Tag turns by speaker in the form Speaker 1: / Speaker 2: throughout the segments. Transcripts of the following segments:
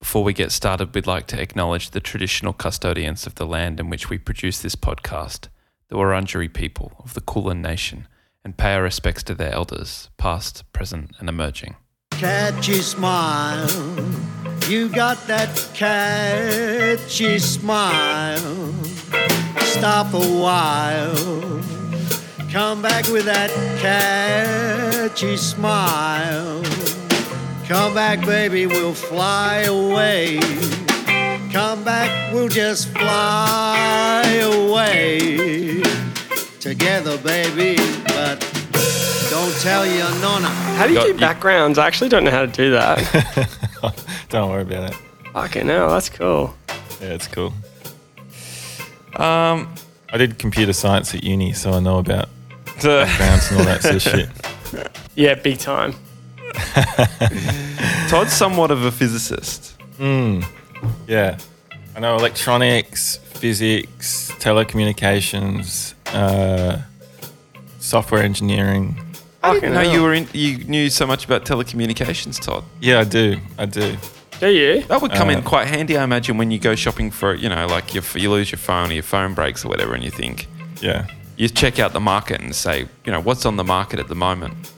Speaker 1: Before we get started, we'd like to acknowledge the traditional custodians of the land in which we produce this podcast, the Wurundjeri people of the Kulin Nation, and pay our respects to their elders, past, present, and emerging.
Speaker 2: Catchy smile, you got that catchy smile. Stop a while, come back with that catchy smile. Come back, baby, we'll fly away. Come back, we'll just fly away. Together, baby, but don't tell your nonna.
Speaker 3: How do you
Speaker 1: Got-
Speaker 3: do
Speaker 1: you-
Speaker 3: backgrounds? I actually don't know how to do that.
Speaker 4: Don't worry about it.
Speaker 3: Fucking hell, that's cool.
Speaker 4: Yeah, it's cool. Um, I did computer science at uni, so I know about backgrounds and all that sort of shit.
Speaker 3: Yeah, big time.
Speaker 1: Todd's somewhat of a physicist.
Speaker 4: Yeah, I know electronics, physics, telecommunications, uh, software engineering.
Speaker 1: I
Speaker 3: Fucking
Speaker 1: didn't know
Speaker 3: hell.
Speaker 1: you were in, you knew so much about telecommunications, Todd.
Speaker 4: Yeah, I do. I do.
Speaker 3: Do you?
Speaker 1: That would come in
Speaker 4: Uh,
Speaker 1: quite handy, I imagine, when you go shopping for, you know, like you, you lose your phone or your phone breaks or whatever, and you think
Speaker 4: Yeah.
Speaker 1: you check out the market and say, you know, what's on the market at the moment.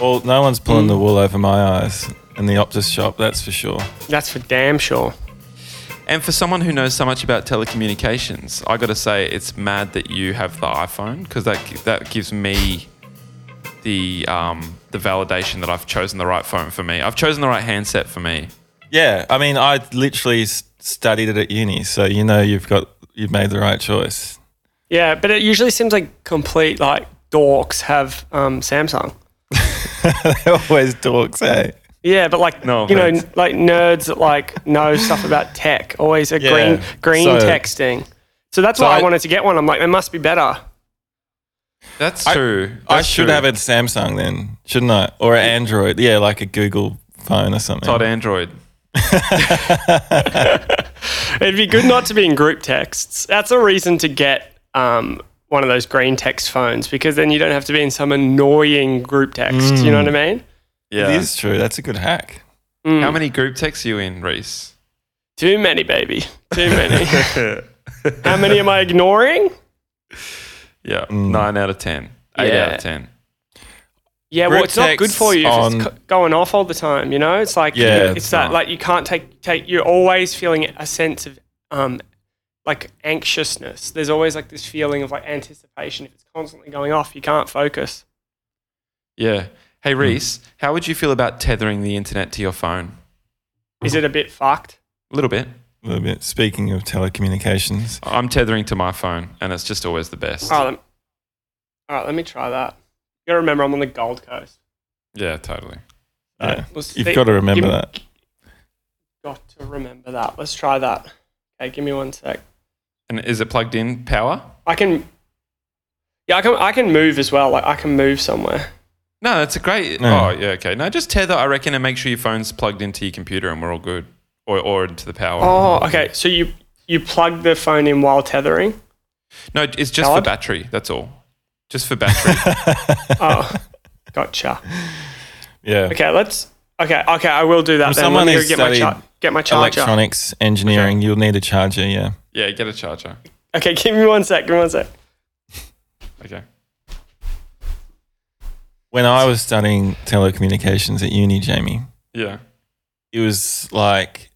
Speaker 4: Well, no one's pulling the wool over my eyes in the Optus shop, that's for sure.
Speaker 3: That's for damn sure.
Speaker 1: And for someone who knows so much about telecommunications, I got to say it's mad that you have the iPhone because that that gives me the um, the validation that I've chosen the right phone for me. I've chosen the right handset for me.
Speaker 4: Yeah, I mean, I literally s- studied it at uni, so you know you've got you've made the right choice.
Speaker 3: Yeah, but it usually seems like complete like dorks have um, Samsung.
Speaker 4: they always talks, eh?
Speaker 3: Yeah, but like
Speaker 1: No
Speaker 3: you know,
Speaker 1: offense.
Speaker 3: n- like nerds that like know stuff about tech always are
Speaker 4: Yeah,
Speaker 3: green green
Speaker 4: so-
Speaker 3: texting. So that's
Speaker 4: So
Speaker 3: why I,
Speaker 4: I-
Speaker 3: wanted to get one. I'm like, there must be better.
Speaker 1: That's
Speaker 4: I-
Speaker 1: true.
Speaker 4: I
Speaker 1: That's
Speaker 4: should
Speaker 1: true.
Speaker 4: have a Samsung then, shouldn't I? Or an Android, yeah, like a Google phone or something.
Speaker 1: Todd Android.
Speaker 3: It'd be good not to be in group texts. That's a reason to get um, one of those green text phones because then you don't have to be in some annoying group text. You know what I mean?
Speaker 1: Yeah.
Speaker 4: It is true. That's a good hack.
Speaker 1: How many group texts are you in, Reese?
Speaker 3: Too many, baby. Too many. How many am I ignoring?
Speaker 1: Yeah, nine out of ten. Eight
Speaker 3: Yeah.
Speaker 1: out of ten.
Speaker 3: Yeah, well,
Speaker 4: Group
Speaker 3: it's not good for you if
Speaker 4: texts
Speaker 3: it's
Speaker 4: on-
Speaker 3: co- going off all the time. You know, it's like
Speaker 4: Yeah,
Speaker 3: it's,
Speaker 4: it's
Speaker 3: that
Speaker 4: not.
Speaker 3: like you can't take take. You're always feeling a sense of um, like anxiousness. There's always like this feeling of like anticipation. If it's constantly going off, you can't focus.
Speaker 1: Yeah. Hey, Reese, how would you feel about tethering the internet to your phone?
Speaker 3: Is it a bit fucked?
Speaker 1: A little bit.
Speaker 4: A little bit. Speaking of telecommunications,
Speaker 1: I'm tethering to my phone, and it's just always the best.
Speaker 3: All right, lem- all right, let me try that. You gotta remember, I'm on the Gold Coast.
Speaker 1: Yeah, totally. Uh,
Speaker 4: yeah.
Speaker 3: We'll
Speaker 4: you've
Speaker 3: see-
Speaker 4: got to remember
Speaker 3: give me-
Speaker 4: that.
Speaker 3: Got to remember that. Let's try that. Okay, give me one sec.
Speaker 1: And is it plugged in power?
Speaker 3: I can. Yeah, I can. I can move as well. Like I can move somewhere.
Speaker 1: No, that's a great.
Speaker 4: No.
Speaker 1: Oh, yeah, okay. No, just tether, I reckon, and make sure your phone's plugged into your computer and we're all good. Or, or into the power.
Speaker 3: Oh, okay. So you you plug the phone in while tethering.
Speaker 1: No, it's just for
Speaker 3: Powered?
Speaker 1: battery. That's all. Just for battery.
Speaker 3: Oh, gotcha.
Speaker 4: Yeah.
Speaker 3: Okay, let's. Okay, okay. I will do that.
Speaker 4: If
Speaker 3: then.
Speaker 4: someone
Speaker 3: Let me go
Speaker 4: has
Speaker 3: get my
Speaker 4: studied
Speaker 3: char- get my charger.
Speaker 4: Electronics, engineering, you'll need a charger, yeah.
Speaker 1: yeah, get a charger.
Speaker 3: Okay, give me one sec. Give me one sec.
Speaker 1: Okay.
Speaker 4: When I was studying telecommunications at uni, Jamie,
Speaker 1: Yeah.
Speaker 4: it was like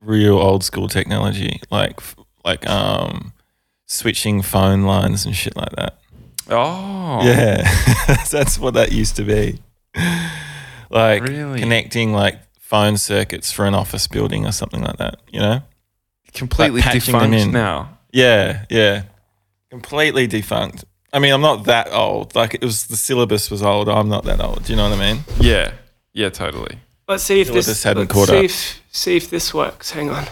Speaker 4: real old school technology, like f- like um switching phone lines and shit like that.
Speaker 1: Oh.
Speaker 4: Yeah, that's what that used to be. Like
Speaker 1: Really?
Speaker 4: connecting like phone circuits for an office building or something like that. You know?
Speaker 1: Completely
Speaker 4: Like patching them
Speaker 1: defunct
Speaker 4: in.
Speaker 1: now.
Speaker 4: Yeah, yeah. Completely defunct. I mean, I'm not that old. Like it was the syllabus was old. I'm not that old. Do you know what I mean?
Speaker 1: Yeah. Yeah, totally.
Speaker 3: Let's see if
Speaker 4: Philip
Speaker 3: this.
Speaker 4: just hadn't
Speaker 3: let's
Speaker 4: caught
Speaker 3: see
Speaker 4: up.
Speaker 3: if see if this works. Hang on.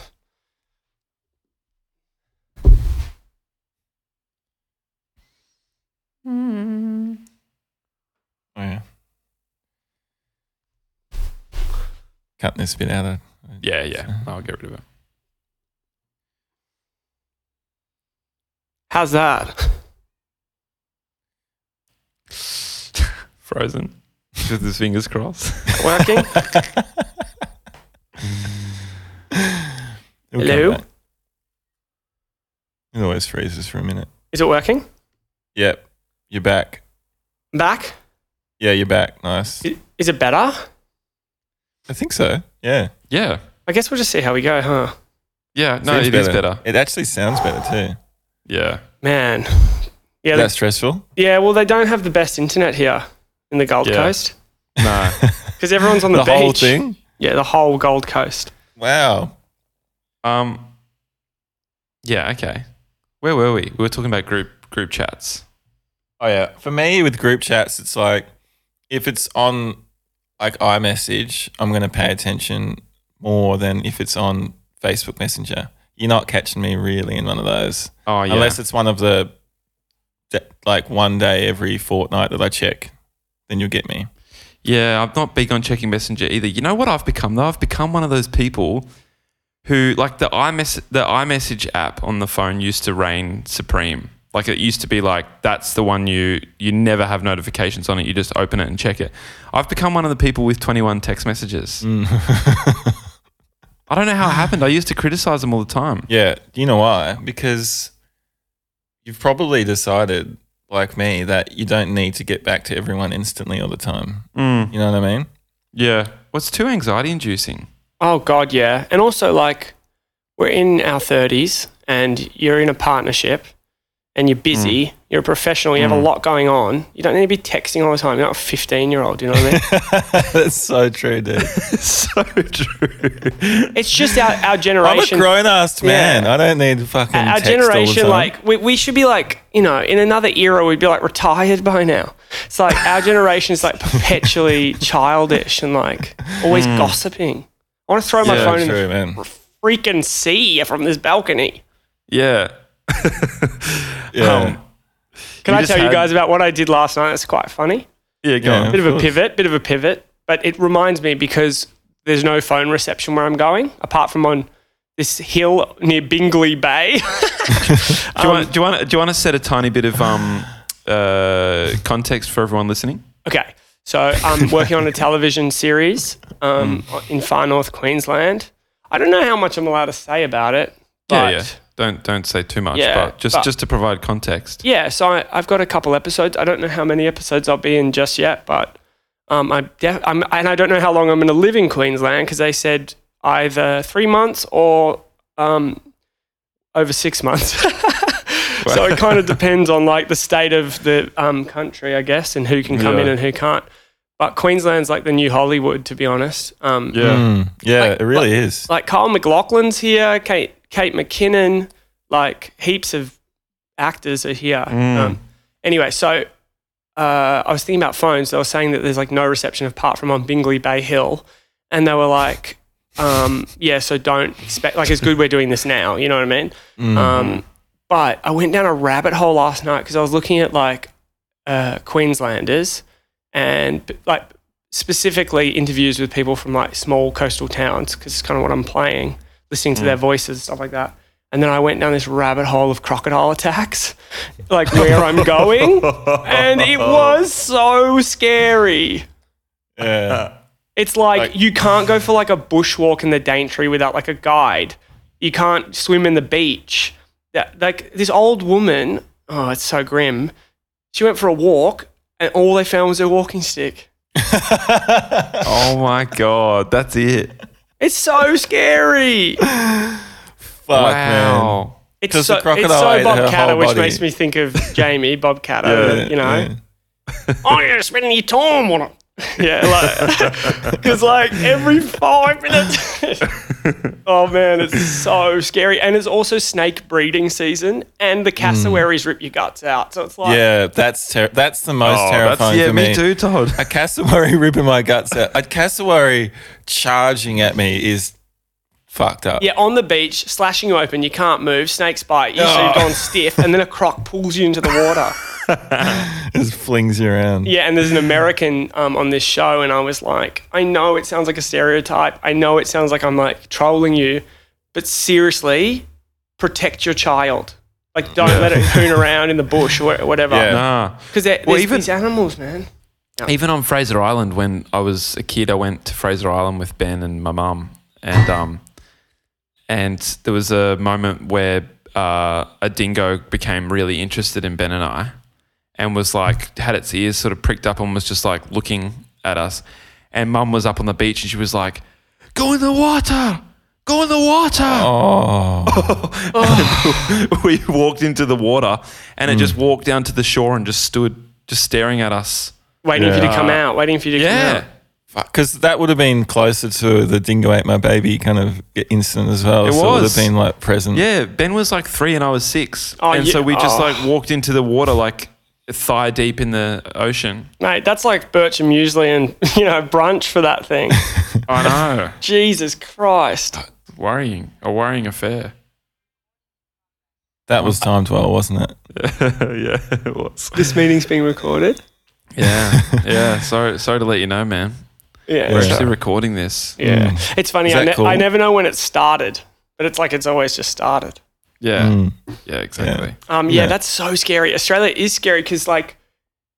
Speaker 1: Oh,
Speaker 4: Yeah. Cutting this bit out of.
Speaker 1: Yeah, yeah. I'll get rid of it.
Speaker 3: How's that?
Speaker 1: Frozen. With his fingers crossed.
Speaker 3: Working?
Speaker 4: It'll come
Speaker 3: Hello?
Speaker 4: back. It always freezes for a minute.
Speaker 3: Is it working?
Speaker 4: Yep. You're back.
Speaker 3: Back?
Speaker 4: Yeah, you're back. Nice.
Speaker 3: I- Is it better?
Speaker 4: I think so. Yeah.
Speaker 1: Yeah.
Speaker 3: I guess we'll just see how we go, huh?
Speaker 1: Yeah. No,
Speaker 4: Seems
Speaker 1: it is better.
Speaker 4: It actually sounds better too.
Speaker 1: Yeah.
Speaker 3: Man. Yeah,
Speaker 4: That's stressful.
Speaker 3: they- yeah, well, they don't have the best internet here in the Gold
Speaker 1: Yeah.
Speaker 3: Coast
Speaker 1: No.
Speaker 3: because everyone's on the,
Speaker 4: the
Speaker 3: beach.
Speaker 4: whole thing.
Speaker 3: Yeah, the whole Gold Coast.
Speaker 4: Wow.
Speaker 1: um. Yeah. Okay. Where were we? We were talking about group group chats.
Speaker 4: Oh yeah. For me, with group chats, it's like if it's on like iMessage, I'm gonna pay attention more than if it's on Facebook Messenger. You're not catching me really in one of those,
Speaker 1: Oh yeah.
Speaker 4: unless it's one of the that- like one day every fortnight that I check. Then you'll get me.
Speaker 1: Yeah, I'm not big on checking Messenger either. You know what I've become though? I've become one of those people who like the iMess the iMessage app on the phone used to reign supreme. Like it used to be like that's the one you you never have notifications on it. You just open it and check it. I've become one of the people with 21 text messages. I don't know how it happened. I used to criticize them all the time.
Speaker 4: Yeah. Do you know why? Because you've probably decided, like me, that you don't need to get back to everyone instantly all the time.
Speaker 1: Mm,
Speaker 4: You know what I mean?
Speaker 1: yeah. What's too anxiety inducing?
Speaker 3: Oh, God, yeah. And also, like, we're in our 30s and you're in a partnership and you're busy,
Speaker 4: Hmm.
Speaker 3: you're a professional, you have a lot going on. You don't need to be texting all the time. You're not a 15 year old, you know what I mean?
Speaker 4: That's so true, dude.
Speaker 1: so true.
Speaker 3: it's just our, our
Speaker 4: I'm a
Speaker 3: generation.
Speaker 4: grown ass man. I don't need fucking
Speaker 3: our our
Speaker 4: text all the
Speaker 3: generation,
Speaker 4: time.
Speaker 3: like, we, we should be like, you know, in another era, we'd be like retired by now. It's like our generation is like perpetually childish and like always gossiping. I want to throw my
Speaker 4: Hmm. yeah,
Speaker 3: phone in
Speaker 4: true,
Speaker 3: the
Speaker 4: man.
Speaker 3: freaking sea from this balcony.
Speaker 1: Yeah.
Speaker 4: Yeah.
Speaker 1: Um,
Speaker 3: Can
Speaker 1: You
Speaker 3: I
Speaker 1: just
Speaker 3: tell you
Speaker 1: had-
Speaker 3: guys about what I did last night? It's quite funny.
Speaker 1: Yeah, go
Speaker 4: Yeah.
Speaker 1: on.
Speaker 3: Bit of,
Speaker 4: Of
Speaker 3: a
Speaker 4: course.
Speaker 3: pivot, bit of a pivot, but it reminds me because there's no phone reception where I'm going, apart from on this hill near Bingley Bay.
Speaker 1: Do you, want, do, you want, do you want to set a tiny bit of um, uh, context for everyone listening?
Speaker 3: Okay. So I'm working on a television series um,
Speaker 1: Mm.
Speaker 3: in far north Queensland. I don't know how much I'm allowed to say about it. But
Speaker 1: yeah, yeah. Don't don't say too much,
Speaker 3: Yeah,
Speaker 1: but just
Speaker 3: but-
Speaker 1: just to provide context.
Speaker 3: Yeah, so I, I've got a couple episodes. I don't know how many episodes I'll be in just yet, but um, I def- I'm, and I don't know how long I'm going to live in Queensland because they said either three months or um, over six months. so it kind of depends on like the state of the um, country, I guess, and who can come in
Speaker 1: Yeah.
Speaker 3: and who can't. But Queensland's like the new Hollywood, to be honest. Um,
Speaker 4: Mm, yeah,
Speaker 3: Like-
Speaker 4: it really is.
Speaker 3: like Kyle McLaughlin's here, Kate Kate McKinnon, like heaps of actors are here. Um, anyway, so uh, I was thinking about phones. They were saying that there's like no reception apart from on Bingley Bay Hill, and they were like, um, "Yeah, so don't expect like it's good we're doing this now." You know what I mean? Um, but I went down a rabbit hole last night because I was looking at like uh, Queenslanders and like specifically interviews with people from like small coastal towns because it's kind of what I'm playing, listening to their voices, stuff like that. And then I went down this rabbit hole of crocodile attacks, like where I'm going. And it was so scary.
Speaker 4: yeah.
Speaker 3: It's like,
Speaker 4: Like-
Speaker 3: you can't go for like a bushwalk in the Daintree without like a guide. You can't swim in the beach. That, like this old woman, oh, it's so grim. She went for a walk and all they found was her walking stick.
Speaker 1: Oh my god, that's it.
Speaker 3: It's so scary.
Speaker 4: Fuck, man.
Speaker 1: Wow.
Speaker 3: It's
Speaker 4: Does
Speaker 3: so,
Speaker 4: the crocodile
Speaker 3: it's
Speaker 4: eat
Speaker 3: so Bob
Speaker 4: her
Speaker 3: Catter,
Speaker 4: whole
Speaker 3: which
Speaker 4: body?
Speaker 3: makes me think of Jamie, Bob Catter,
Speaker 4: Yeah,
Speaker 3: you know.
Speaker 4: yeah.
Speaker 3: Oh, you're spending your time on it. Yeah, because like, every five minutes. oh man, it's so scary, and it's also snake breeding season, and the cassowaries rip your guts out. So it's like,
Speaker 4: Hmm. Yeah, that's ter- that's the most
Speaker 1: Oh, that's-
Speaker 4: terrifying
Speaker 1: yeah,
Speaker 4: for
Speaker 1: me too, Todd.
Speaker 4: A cassowary ripping my guts out. A cassowary charging at me is fucked up.
Speaker 3: yeah, on the beach, slashing you open, you can't move, snakes bite you, so you've
Speaker 4: Oh.
Speaker 3: gone stiff, and then a croc pulls you into the water.
Speaker 4: Just flings you around.
Speaker 3: Yeah, and there's an American um, on this show, and I was like, I know it sounds like a stereotype. I know it sounds like I'm like trolling you, but seriously, protect your child. Like, don't let it coon around in the bush or whatever.
Speaker 4: Yeah.
Speaker 1: Nah.
Speaker 3: Because they're
Speaker 1: Well,
Speaker 3: there's
Speaker 1: even-
Speaker 3: these animals, man.
Speaker 1: Even on Fraser Island, when I was a kid, I went to Fraser Island with Ben and my mum, and um, and there was a moment where uh, a dingo became really interested in Ben and I, and was like had its ears sort of pricked up and was just like looking at us. And Mum was up on the beach and she was like, "Go in the water, go in the water."
Speaker 4: Oh,
Speaker 1: we walked into the water and it just walked down to the shore and just stood just staring at us.
Speaker 3: waiting for you to
Speaker 1: Yeah.
Speaker 3: come out, waiting for you to come
Speaker 1: Yeah.
Speaker 3: out.
Speaker 4: because that would have been closer to the dingo ate my baby kind of incident as well.
Speaker 1: It
Speaker 4: so it would
Speaker 1: was.
Speaker 4: have been like present.
Speaker 1: Yeah, Ben was like three and I was six.
Speaker 3: Oh,
Speaker 1: and
Speaker 3: yeah.
Speaker 1: so we just
Speaker 3: Oh.
Speaker 1: like walked into the water like thigh deep in the ocean.
Speaker 3: Mate, that's like birch and muesli and, you know, brunch for that thing.
Speaker 1: I know.
Speaker 3: Jesus Christ.
Speaker 1: worrying. A worrying affair.
Speaker 4: That was timed well, wasn't it?
Speaker 1: yeah, it was.
Speaker 3: This meeting's being recorded.
Speaker 1: Yeah. Yeah. Sorry sorry to let you know, man.
Speaker 3: Yeah.
Speaker 1: We're
Speaker 4: Yeah.
Speaker 1: actually recording this.
Speaker 3: Yeah.
Speaker 4: Mm.
Speaker 3: It's funny.
Speaker 4: Is
Speaker 3: I,
Speaker 4: that
Speaker 3: ne-
Speaker 4: cool?
Speaker 3: I never know when it started, but it's like it's always just started.
Speaker 1: Yeah.
Speaker 4: Mm.
Speaker 1: Yeah, exactly.
Speaker 3: Um, yeah,
Speaker 4: Yeah.
Speaker 3: that's so scary. Australia is scary because, like,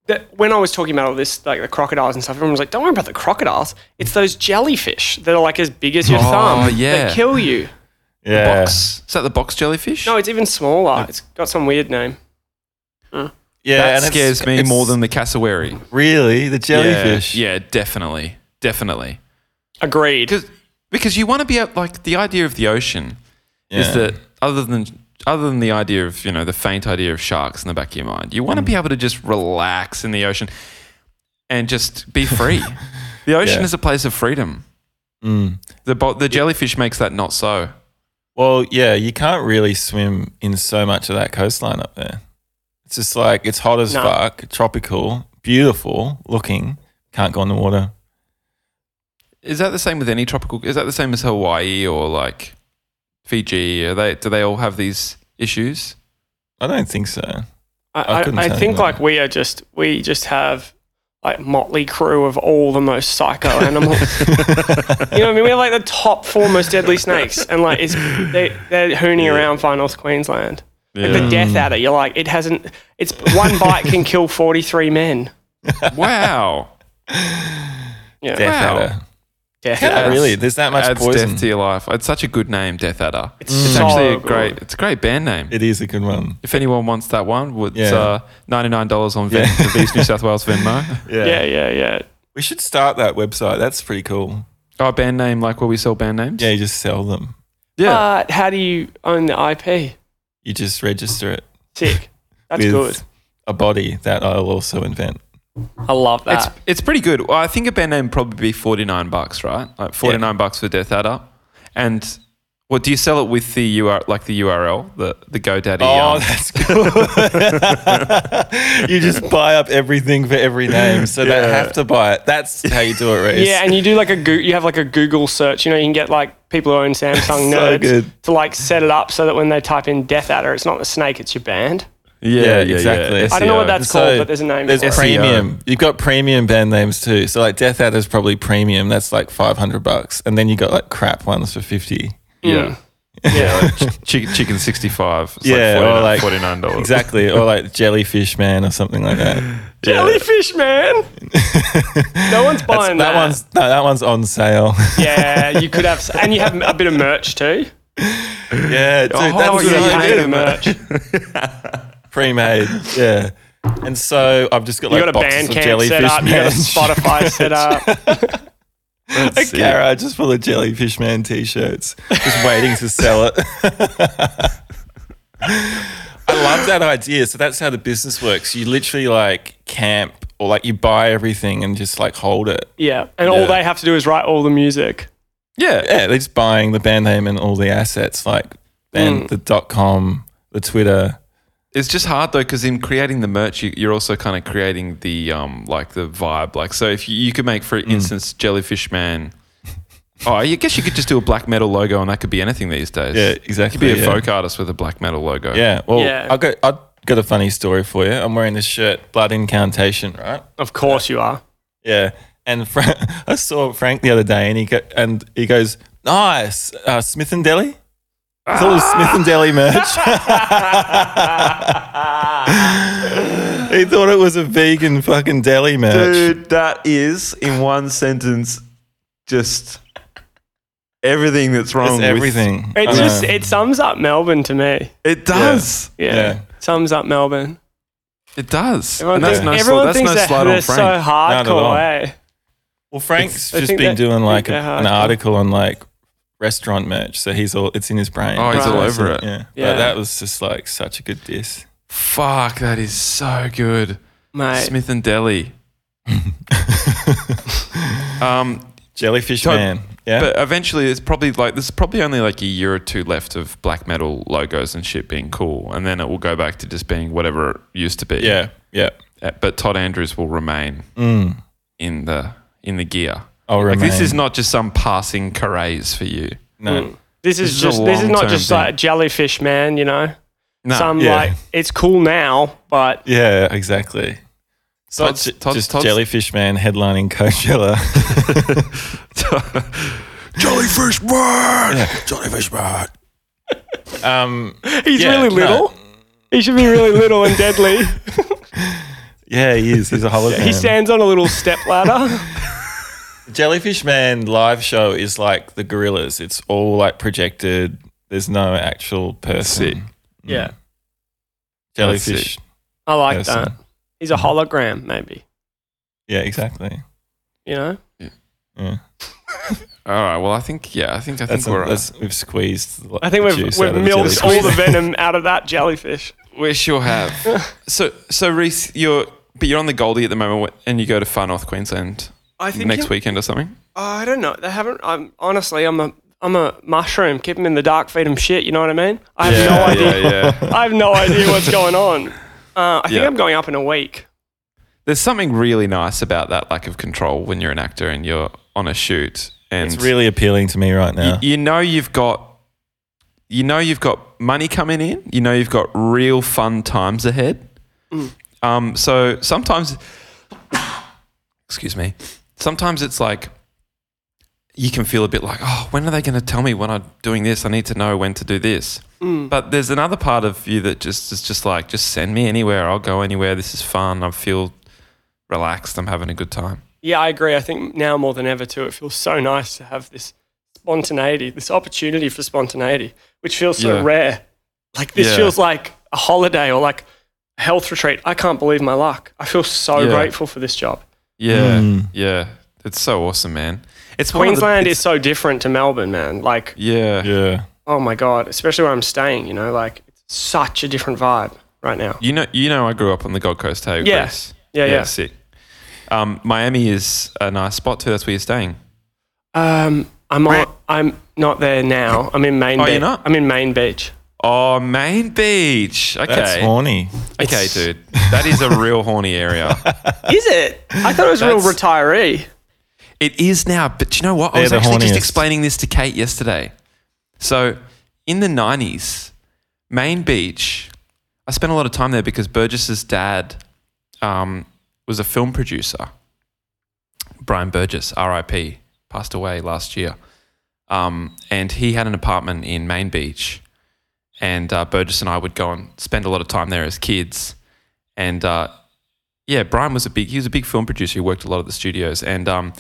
Speaker 3: that, when I was talking about all this, like the crocodiles and stuff, everyone was like, don't worry about the crocodiles. It's those jellyfish that are like as big as your
Speaker 1: Oh,
Speaker 3: thumb
Speaker 1: yeah.
Speaker 3: that kill you.
Speaker 4: Yeah.
Speaker 1: Box. Is that the box jellyfish?
Speaker 3: No, it's even smaller. It's got some weird name.
Speaker 4: Yeah.
Speaker 1: that
Speaker 4: and it's-
Speaker 1: scares me
Speaker 4: it's-
Speaker 1: more than the cassowary.
Speaker 4: really the
Speaker 1: Yeah,
Speaker 4: jellyfish.
Speaker 1: Yeah, definitely, definitely.
Speaker 3: Agreed.
Speaker 1: Because because you want to be out like the idea of the ocean
Speaker 4: Yeah.
Speaker 1: is that other than other than the idea of you know the faint idea of sharks in the back of your mind, you want
Speaker 4: Mm.
Speaker 1: to be able to just relax in the ocean and just be free. the ocean
Speaker 4: Yeah.
Speaker 1: is a place of freedom.
Speaker 4: Mm.
Speaker 1: The bo- the jellyfish makes that not so.
Speaker 4: Well, yeah, you can't really swim in so much of that coastline up there. It's just like it's hot as
Speaker 3: No.
Speaker 4: fuck, tropical, beautiful looking. Can't go in the water.
Speaker 1: Is that the same with any tropical? Is that the same as Hawaii or like Fiji? Are they do they all have these issues?
Speaker 4: I don't think so.
Speaker 3: I,
Speaker 4: I
Speaker 3: I,
Speaker 4: couldn't
Speaker 3: I
Speaker 4: tell you
Speaker 3: think
Speaker 4: that.
Speaker 3: like we are just we just have like motley crew of all the most psycho animals. you know what I mean? We have like the top four most deadly snakes, and like it's they they're hooning around far north Queensland. Like the death adder, you're like it hasn't. It's one bite can kill forty three men.
Speaker 1: Wow.
Speaker 3: Yeah,
Speaker 4: Death
Speaker 1: Wow.
Speaker 4: adder.
Speaker 3: death
Speaker 4: Yeah,
Speaker 3: adder.
Speaker 4: really. There's that much
Speaker 1: adds
Speaker 4: poison.
Speaker 1: death to your life. It's such a good name, Death Adder. It's,
Speaker 3: so
Speaker 1: actually a
Speaker 3: good.
Speaker 1: great. It's a great band name.
Speaker 4: It is a good one.
Speaker 1: if anyone wants that one, it's
Speaker 4: Yeah.
Speaker 1: uh, ninety nine dollars on Ven-
Speaker 4: Yeah.
Speaker 1: the East New South Wales Venmo.
Speaker 3: Yeah, yeah, yeah.
Speaker 4: We should start that website. That's pretty cool.
Speaker 1: Oh, band name like where we sell band names.
Speaker 4: Yeah, you just sell them.
Speaker 1: yeah.
Speaker 3: But how do you own the IP?
Speaker 4: You just register it
Speaker 3: Sick. That's
Speaker 4: with
Speaker 3: good.
Speaker 4: a body that I'll also invent.
Speaker 3: I love that.
Speaker 1: it's it's pretty good. Well, I think a band name would probably be forty nine bucks, right? Like forty nine bucks for Death Adder, and well, do you sell it with the UR like the URL the the GoDaddy?
Speaker 4: Oh,
Speaker 1: um,
Speaker 4: that's cool. you just buy up everything for every name, so they have to buy it. That's how you do it, Reese.
Speaker 3: Yeah, and you do like a Goo- you have like a Google search. You know, you can get like people who own Samsung
Speaker 4: So
Speaker 3: nerds
Speaker 4: good.
Speaker 3: to like set it up so that when they type in Death Adder, it's not the snake, it's your band.
Speaker 1: yeah, yeah, E yeah,
Speaker 4: exactly.
Speaker 3: I don't know what
Speaker 1: SEO.
Speaker 3: that's called, but there's a name.
Speaker 4: There's
Speaker 3: for it. E
Speaker 1: SEO.
Speaker 4: premium. You've got premium band names too. So like Death Adder's probably premium. That's like five hundred bucks, and then you got like crap ones for fifty.
Speaker 1: Yeah.
Speaker 3: Yeah.
Speaker 1: Chicken, chicken 65. It's
Speaker 4: Yeah, or
Speaker 1: like
Speaker 4: like-
Speaker 1: $49. $49.
Speaker 4: Exactly, or like Jellyfish Man or something like that.
Speaker 1: Yeah.
Speaker 3: Jellyfish man. no one's
Speaker 4: That's-
Speaker 3: buying
Speaker 4: that one's no, that one's on sale.
Speaker 3: Yeah, you could have, s- and you have a bit of merch too.
Speaker 4: yeah, dude,
Speaker 1: Oh, yeah,
Speaker 4: that's really
Speaker 1: you
Speaker 3: you
Speaker 1: have
Speaker 4: good.
Speaker 1: a bit
Speaker 3: of merch.
Speaker 4: pre-made. Yeah. And so I've just got
Speaker 3: You
Speaker 4: like
Speaker 3: got a
Speaker 4: boxes
Speaker 3: band
Speaker 4: of
Speaker 3: camp
Speaker 4: jellyfish
Speaker 3: set up. You got a
Speaker 4: man.
Speaker 3: Spotify set up.
Speaker 4: a garage just full of jellyfish man t-shirts, just waiting to sell it. I love that idea. So that's how the business works. You literally like camp or like you buy everything and just like hold it.
Speaker 3: Yeah, and all
Speaker 4: Yeah.
Speaker 3: they have to do is write all the music.
Speaker 4: Yeah, yeah. They're just buying the band name and all the assets, like
Speaker 3: Hmm.
Speaker 4: and the dot com, the Twitter.
Speaker 1: It's just hard though, because in creating the merch, you, you're also kind of creating the um, like the vibe. Like, so if you, you could make, for instance, Jellyfish Man. Oh, I guess you could just do a black metal logo, and that could be anything these days.
Speaker 4: Yeah,
Speaker 1: You could
Speaker 4: exactly.
Speaker 1: be a
Speaker 4: yeah.
Speaker 1: folk artist with a black metal logo.
Speaker 4: Yeah. Well,
Speaker 3: Yeah.
Speaker 4: I got I got a funny story for you. I'm wearing this shirt, Blood Incantation, right?
Speaker 3: Of course you are.
Speaker 4: Yeah. And Fra- I saw Frank the other day, and he go- and he goes, "Nice, uh, Smith and Deli." It's all Smith and Deli merch. he thought it was a vegan fucking deli merch.
Speaker 1: that is in one sentence, just everything that's wrong.
Speaker 4: It's everything.
Speaker 3: It
Speaker 4: I
Speaker 3: just
Speaker 4: know.
Speaker 3: it sums up Melbourne to me.
Speaker 1: With, it does.
Speaker 3: Yeah.
Speaker 4: Yeah.
Speaker 3: Sums up Melbourne.
Speaker 1: It does.
Speaker 3: Everyone
Speaker 1: and that's
Speaker 3: thinks,
Speaker 1: no, sl-
Speaker 3: everyone
Speaker 1: that's
Speaker 3: thinks
Speaker 1: no
Speaker 3: that
Speaker 1: slight on
Speaker 3: they're
Speaker 1: Frank.
Speaker 3: so
Speaker 4: all.
Speaker 3: hardcore, eh?
Speaker 4: Well, Frank's
Speaker 3: I
Speaker 4: just
Speaker 3: think
Speaker 4: been
Speaker 3: that-
Speaker 4: doing like a,
Speaker 3: think they're
Speaker 4: an
Speaker 3: hardcore.
Speaker 4: article on like restaurant merch, so he's all it's in his brain.
Speaker 1: Oh,
Speaker 3: he's all
Speaker 1: over it.
Speaker 4: Yeah,
Speaker 3: Yeah.
Speaker 4: But that was just like such a good diss.
Speaker 1: Fuck, that is so good.
Speaker 3: Mate.
Speaker 1: Smith and Deli. um,
Speaker 4: Jellyfish
Speaker 1: So-
Speaker 4: man. Yeah,
Speaker 1: But eventually, it's probably like there's probably only like a year or two left of black metal logos and shit being cool, and then it will go back to just being whatever it used to be.
Speaker 4: yeah, yeah.
Speaker 1: Uh, But Todd Andrews will remain
Speaker 4: Mm.
Speaker 1: in the in the gear.
Speaker 4: I'll
Speaker 1: Like this
Speaker 4: remain.
Speaker 1: is not just some passing craze for you.
Speaker 4: No,
Speaker 1: This
Speaker 3: This is
Speaker 1: is a
Speaker 3: just this is not
Speaker 1: long-term
Speaker 3: just like a jellyfish man, you know.
Speaker 1: No,
Speaker 3: Some
Speaker 4: Yeah.
Speaker 3: like it's cool now, but
Speaker 4: yeah, exactly. So
Speaker 1: Todd's-
Speaker 4: it's ju-
Speaker 1: Todd's-
Speaker 4: just
Speaker 1: Todd's-
Speaker 4: jellyfish man headlining Coachella.
Speaker 1: jellyfish bird.
Speaker 4: jellyfish man. Um,
Speaker 3: he's
Speaker 4: Yeah,
Speaker 3: really
Speaker 4: no.
Speaker 3: little. He should be really little and deadly.
Speaker 4: yeah, he is. He's a hologram.
Speaker 3: he stands on a little step ladder.
Speaker 4: Jellyfish Man live show is like the gorillas. It's all like projected. There's no actual person. Mm.
Speaker 1: Sick.
Speaker 3: yeah,
Speaker 4: Jellyfish.
Speaker 3: I like
Speaker 4: person.
Speaker 3: that. He's a hologram, maybe.
Speaker 4: Yeah, exactly.
Speaker 3: You know,
Speaker 4: Yeah.
Speaker 1: All right. Well, I think yeah. I think I think
Speaker 4: That's,
Speaker 1: we're
Speaker 4: that's we've squeezed. the-
Speaker 3: I think
Speaker 4: the
Speaker 3: we've
Speaker 4: juice
Speaker 3: we've
Speaker 4: out of
Speaker 3: milked all
Speaker 4: jellyfish.
Speaker 3: the venom out of that jellyfish.
Speaker 1: we sure have. so so Reese, you're but you're on the Goldie at the moment, and you go to Far North Queensland
Speaker 3: I Oh,
Speaker 1: next weekend or something.
Speaker 3: I don't know. They haven't. I'm honestly, I'm a I'm a mushroom. Keep him in the dark, feed him shit. You know what I mean? I have no idea.
Speaker 1: yeah, yeah.
Speaker 3: I have no idea what's going on. Uh, I think
Speaker 1: Yeah.
Speaker 3: I'm going up in a week.
Speaker 1: There's something really nice about that lack of control when you're an actor and you're on a shoot, and
Speaker 4: It's really appealing to me right
Speaker 1: you,
Speaker 4: now.
Speaker 1: you know you've got, you know you've got money coming in. You know you've got real fun times ahead.
Speaker 3: Mm.
Speaker 1: Um, so sometimes, excuse me, sometimes it's like you can feel a bit like, oh, when are they going to tell me when I'm doing this? I need to know when to do this.
Speaker 3: Mm.
Speaker 1: But there's another part of you that just is just like, just send me anywhere. I'll go anywhere. This is fun. I feel relaxed. I'm having a good time.
Speaker 3: Yeah, I agree. I think now more than ever too, it feels so nice to have this spontaneity, this opportunity for spontaneity, which feels so
Speaker 1: Yeah.
Speaker 3: rare. Like this
Speaker 1: Yeah.
Speaker 3: feels like a holiday or like a health retreat. I can't believe my luck. I feel so
Speaker 1: Yeah.
Speaker 3: grateful for this job.
Speaker 1: Yeah,
Speaker 4: Mm.
Speaker 1: yeah. It's so awesome, man. It's one of the-
Speaker 3: Queensland is
Speaker 1: it's-
Speaker 3: so different to Melbourne, man. Like,
Speaker 1: yeah.
Speaker 4: yeah.
Speaker 3: oh my god, especially where I'm staying. You know, like it's such a different vibe right now.
Speaker 1: You know, you know, I grew up on the Gold Coast. Hey,
Speaker 3: Yeah.
Speaker 1: Chris?
Speaker 3: Yeah, yeah.
Speaker 1: Sick. Um, Miami is a nice spot too. That's where you're staying.
Speaker 3: Um, I'm on, I'm not there now. I'm in Main.
Speaker 1: Oh,
Speaker 3: Beach.
Speaker 1: you're not?
Speaker 3: I'm in Main Beach.
Speaker 1: Oh, Main Beach. Okay.
Speaker 4: That's horny.
Speaker 1: Okay,
Speaker 3: It's-
Speaker 1: dude. That is a real horny area.
Speaker 3: Is it? I thought it was a real
Speaker 1: That's-
Speaker 3: retiree.
Speaker 1: It is now, but you know what? I
Speaker 4: They're
Speaker 1: was
Speaker 4: the
Speaker 1: actually just
Speaker 4: horniest.
Speaker 1: explaining this to Kate yesterday. So, in the 90s, Main Beach, I spent a lot of time there because Burgess's dad um, was a film producer. Brian Burgess, RIP, passed away last year. Um, and he had an apartment in Main Beach. And uh, Burgess and I would go and spend a lot of time there as kids. And uh, yeah, Brian was a big, he was a big film producer. He worked a lot at the studios. And um,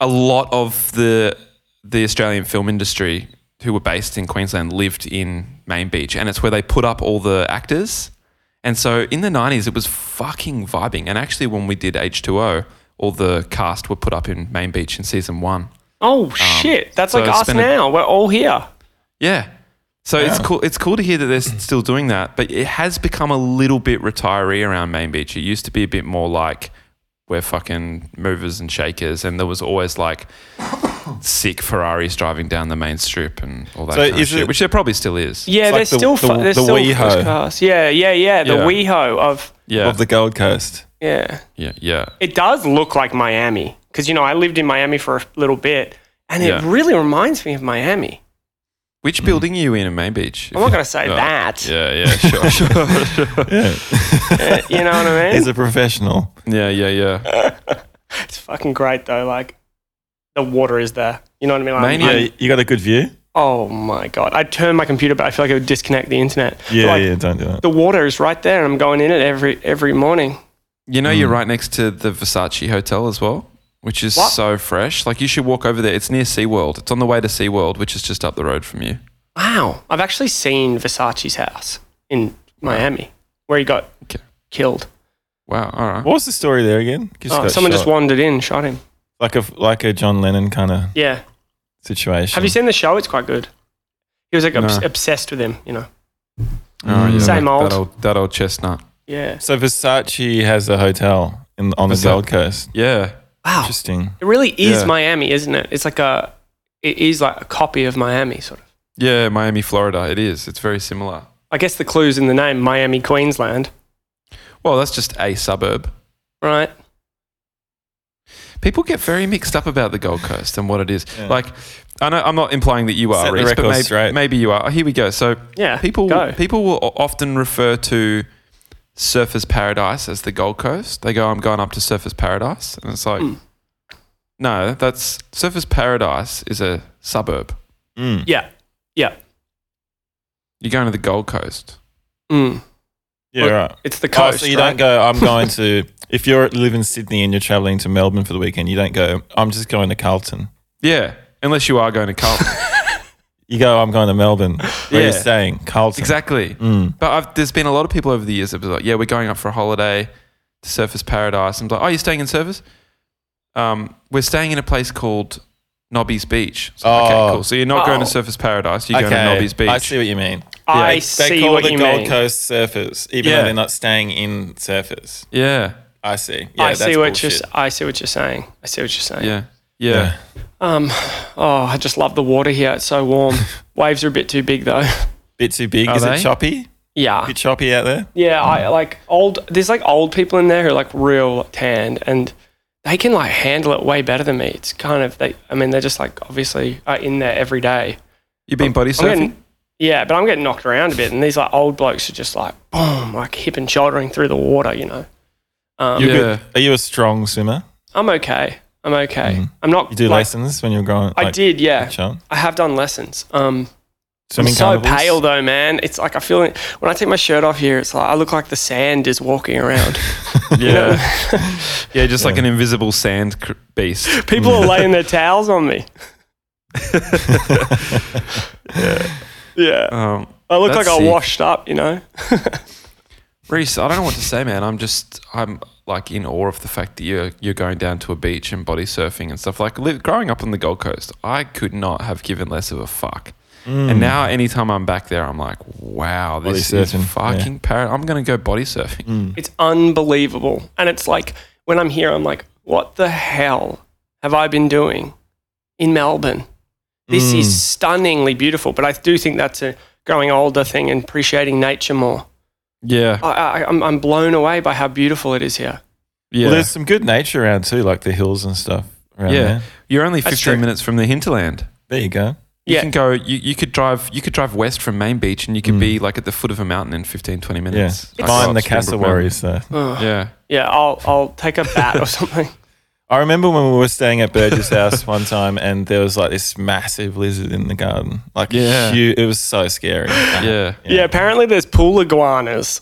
Speaker 1: a lot of the the Australian film industry who were based in Queensland lived in Main Beach, and it's where they put up all the actors. And so in the nineties, it was fucking vibing. And actually, when we did H two O, all the cast were put up in Main Beach in season one.
Speaker 3: Oh shit! That's
Speaker 1: so
Speaker 3: like
Speaker 1: it's
Speaker 3: us
Speaker 1: been a-
Speaker 3: now. We're all here.
Speaker 1: Yeah. So it's cool. It's cool to hear that they're s- still doing that, but it has become a little bit retiree around Main Beach. It used to be a bit more like we're fucking movers and shakers, and there was always like sick Ferraris driving down the main strip and all that
Speaker 4: So
Speaker 1: kind of
Speaker 4: is
Speaker 1: shit,
Speaker 4: it-
Speaker 1: which there probably still is.
Speaker 3: Yeah,
Speaker 4: It's like
Speaker 3: there's
Speaker 4: the-
Speaker 3: still
Speaker 4: the-
Speaker 3: fu- there's
Speaker 4: the
Speaker 3: still
Speaker 4: WeHo.
Speaker 3: first class. Yeah, yeah, yeah. The
Speaker 1: Yeah.
Speaker 3: WeHo of
Speaker 1: Yeah,
Speaker 4: Of the Gold Coast.
Speaker 3: yeah.
Speaker 1: yeah, yeah.
Speaker 3: It does look like Miami because you know I lived in Miami for a little bit, and
Speaker 1: Yeah.
Speaker 3: it really reminds me of Miami.
Speaker 1: Which building are you in in Main Beach?
Speaker 3: I'm not gonna say
Speaker 1: Yeah.
Speaker 3: that.
Speaker 1: Yeah, yeah, sure, sure.
Speaker 3: You know what I mean?
Speaker 4: He's a professional.
Speaker 1: Yeah, yeah, yeah.
Speaker 3: It's fucking great though. Like the water is there. You know what I mean? Like,
Speaker 1: Mania-
Speaker 4: Yeah,
Speaker 3: I'm-
Speaker 1: I-
Speaker 4: you got a good view?
Speaker 3: oh my god! I turned my computer, but I feel like it would disconnect the internet. But,
Speaker 4: Yeah,
Speaker 3: like,
Speaker 4: yeah, don't do that.
Speaker 3: The water is right there, and I'm going in it every every morning.
Speaker 4: Mm.
Speaker 1: You know, you're right next to the Versace Hotel as well, which is
Speaker 3: What?
Speaker 1: so fresh. Like you should walk over there. It's near SeaWorld. It's on the way to SeaWorld, which is just up the road from you.
Speaker 3: Wow. I've actually seen Versace's house in Miami where he got
Speaker 1: Okay.
Speaker 3: killed.
Speaker 1: Wow. All right.
Speaker 4: What was the story there again?
Speaker 3: Oh,
Speaker 4: got
Speaker 3: someone just
Speaker 4: shot.
Speaker 3: wandered in, shot him.
Speaker 4: like a like a John Lennon kind of
Speaker 3: Yeah.
Speaker 4: situation.
Speaker 3: Have you seen the show? It's quite good. He was like obs-
Speaker 1: No.
Speaker 3: obsessed with him, you know.
Speaker 1: Oh, yeah,
Speaker 3: Same
Speaker 1: that-
Speaker 3: old.
Speaker 1: That old. That old chestnut.
Speaker 3: Yeah.
Speaker 4: So Versace has a hotel in on the
Speaker 1: Versa-
Speaker 4: Gold Coast.
Speaker 1: Yeah.
Speaker 3: Wow.
Speaker 4: Interesting.
Speaker 3: It really is
Speaker 1: Yeah.
Speaker 3: Miami, isn't it? It's like a, it is like a copy of Miami, sort of.
Speaker 1: Yeah. Miami, Florida. It is. It's very similar.
Speaker 3: I guess the clue's in the name, Miami, Queensland,
Speaker 1: Well, that's just a suburb.
Speaker 3: right?
Speaker 1: People get very mixed up about the Gold Coast and what it is.
Speaker 4: Yeah.
Speaker 1: Like, I know I'm not implying that you are,
Speaker 4: Set the
Speaker 1: Reese, but
Speaker 4: record
Speaker 1: maybe,
Speaker 4: straight.
Speaker 1: maybe you are. Here we go. So
Speaker 3: Yeah.
Speaker 1: people
Speaker 3: go.
Speaker 1: people will o- often refer to Surfers Paradise as the Gold Coast. They go, "I'm going up to Surfers Paradise," and it's like,
Speaker 3: Hmm.
Speaker 1: no, that's Surfers Paradise is a suburb.
Speaker 4: Mm.
Speaker 3: yeah. Yeah.
Speaker 1: You're going to the Gold Coast.
Speaker 3: Mm.
Speaker 4: Yeah,
Speaker 3: Look,
Speaker 4: right.
Speaker 3: It's the
Speaker 4: Oh,
Speaker 3: coast.
Speaker 4: so you
Speaker 3: right?
Speaker 4: don't go. I'm going to. If you are live in Sydney and you're traveling to Melbourne for the weekend, you don't go. I'm just going to Carlton.
Speaker 1: Yeah, unless you are going to Carlton.
Speaker 4: You go. I'm going to Melbourne. Where
Speaker 1: Yeah.
Speaker 4: you're staying, Carlton.
Speaker 1: exactly.
Speaker 4: Mm.
Speaker 1: But I've, there's been a lot of people over the years that be like, "Yeah, we're going up for a holiday to Surface Paradise." I'm like, "Oh, you're staying in Surface? Um, we're staying in a place called Nobby's Beach." It's like,
Speaker 4: Oh.
Speaker 1: Okay, cool. So you're not going to
Speaker 3: Oh.
Speaker 1: Surface Paradise. You're going to Nobby's Beach.
Speaker 4: I see what you mean.
Speaker 3: I
Speaker 4: they
Speaker 3: see
Speaker 4: call
Speaker 3: what
Speaker 4: the
Speaker 3: you
Speaker 4: Gold
Speaker 3: mean.
Speaker 4: Coast surfers, even
Speaker 1: Yeah.
Speaker 4: though they're not staying in surfers.
Speaker 1: Yeah,
Speaker 4: I see. Yeah,
Speaker 3: I
Speaker 4: that's
Speaker 3: see what you're.
Speaker 4: bullshit.
Speaker 3: s- I see what you're saying. I see what you're saying.
Speaker 1: yeah, yeah.
Speaker 4: Yeah.
Speaker 3: Um. Oh, I just love the water here. It's so warm. Waves are a bit too big though.
Speaker 4: Bit too big.
Speaker 1: Are
Speaker 4: Is
Speaker 1: they?
Speaker 4: it choppy?
Speaker 3: yeah.
Speaker 4: Bit choppy out there.
Speaker 3: Yeah. I like old. There's like old people in there who are like real tanned and they can like handle it way better than me. It's kind of they. I mean, they're just like obviously uh, in there every day.
Speaker 1: You've been body
Speaker 3: I'm
Speaker 1: surfing.
Speaker 3: getting- yeah, but I'm getting knocked around a bit, and these like old blokes are just like boom, like hip and shouldering through the water. You know. Um,
Speaker 4: You're
Speaker 1: Yeah.
Speaker 4: good. Are you a strong swimmer?
Speaker 3: I'm okay. I'm okay. I'm not.
Speaker 4: Mm-hmm. You do
Speaker 3: like,
Speaker 4: lessons when you're growing.
Speaker 3: I
Speaker 4: like,
Speaker 3: did. Yeah.
Speaker 4: child?
Speaker 3: I have done lessons. Um, I'm
Speaker 4: Swimming
Speaker 3: so
Speaker 4: carnivals?
Speaker 3: pale though, man. It's like I feel it- when I take my shirt off here, it's like I look like the sand is walking around.
Speaker 1: yeah, yeah, just like an invisible sand cr- beast.
Speaker 3: People are laying their towels on me. yeah. yeah.
Speaker 1: Um,
Speaker 3: I look like
Speaker 1: that's
Speaker 3: I
Speaker 1: sick.
Speaker 3: washed up, you know?
Speaker 1: Reese, I don't know what to say, man. I'm just, I'm like in awe of the fact that you're you're going down to a beach and body surfing and stuff. Like li- growing up on the Gold Coast, I could not have given less of a fuck. And now, anytime I'm back there, I'm like, wow,
Speaker 4: Mm. Body
Speaker 1: this
Speaker 4: surfing,
Speaker 1: is
Speaker 4: yeah. Mm.
Speaker 1: fucking parrot. I'm gonna go body surfing.
Speaker 4: Hmm.
Speaker 3: It's unbelievable. And it's like when I'm here, I'm like, what the hell have I been doing in Melbourne? This is stunningly beautiful. But I do think that's a growing older thing and appreciating nature more.
Speaker 1: Yeah,
Speaker 3: I, I, I'm, I'm blown away by how beautiful it is here.
Speaker 1: yeah,
Speaker 4: Well, there's some good nature around too, like the hills and stuff. Around
Speaker 1: yeah.
Speaker 4: There.
Speaker 1: You're only 15
Speaker 3: true.
Speaker 1: minutes from the hinterland.
Speaker 4: there you go.
Speaker 1: You
Speaker 3: Yeah.
Speaker 1: can go. You, you could drive. You could drive west from Main Beach, and you could be like at the foot of a mountain in 15, 20
Speaker 4: Mm. Yeah,
Speaker 1: minutes. Like,
Speaker 4: mine the
Speaker 1: up Springbrook Mountain.
Speaker 4: cassowaries though.
Speaker 1: Yeah.
Speaker 3: Yeah, I'll, I'll take a bat or something.
Speaker 4: I remember when we were staying at Burgess' house one time, and there was like this massive lizard in the garden. Like,
Speaker 1: Yeah.
Speaker 4: hu- it was so scary.
Speaker 1: Yeah.
Speaker 3: Yeah. apparently there's pool iguanas.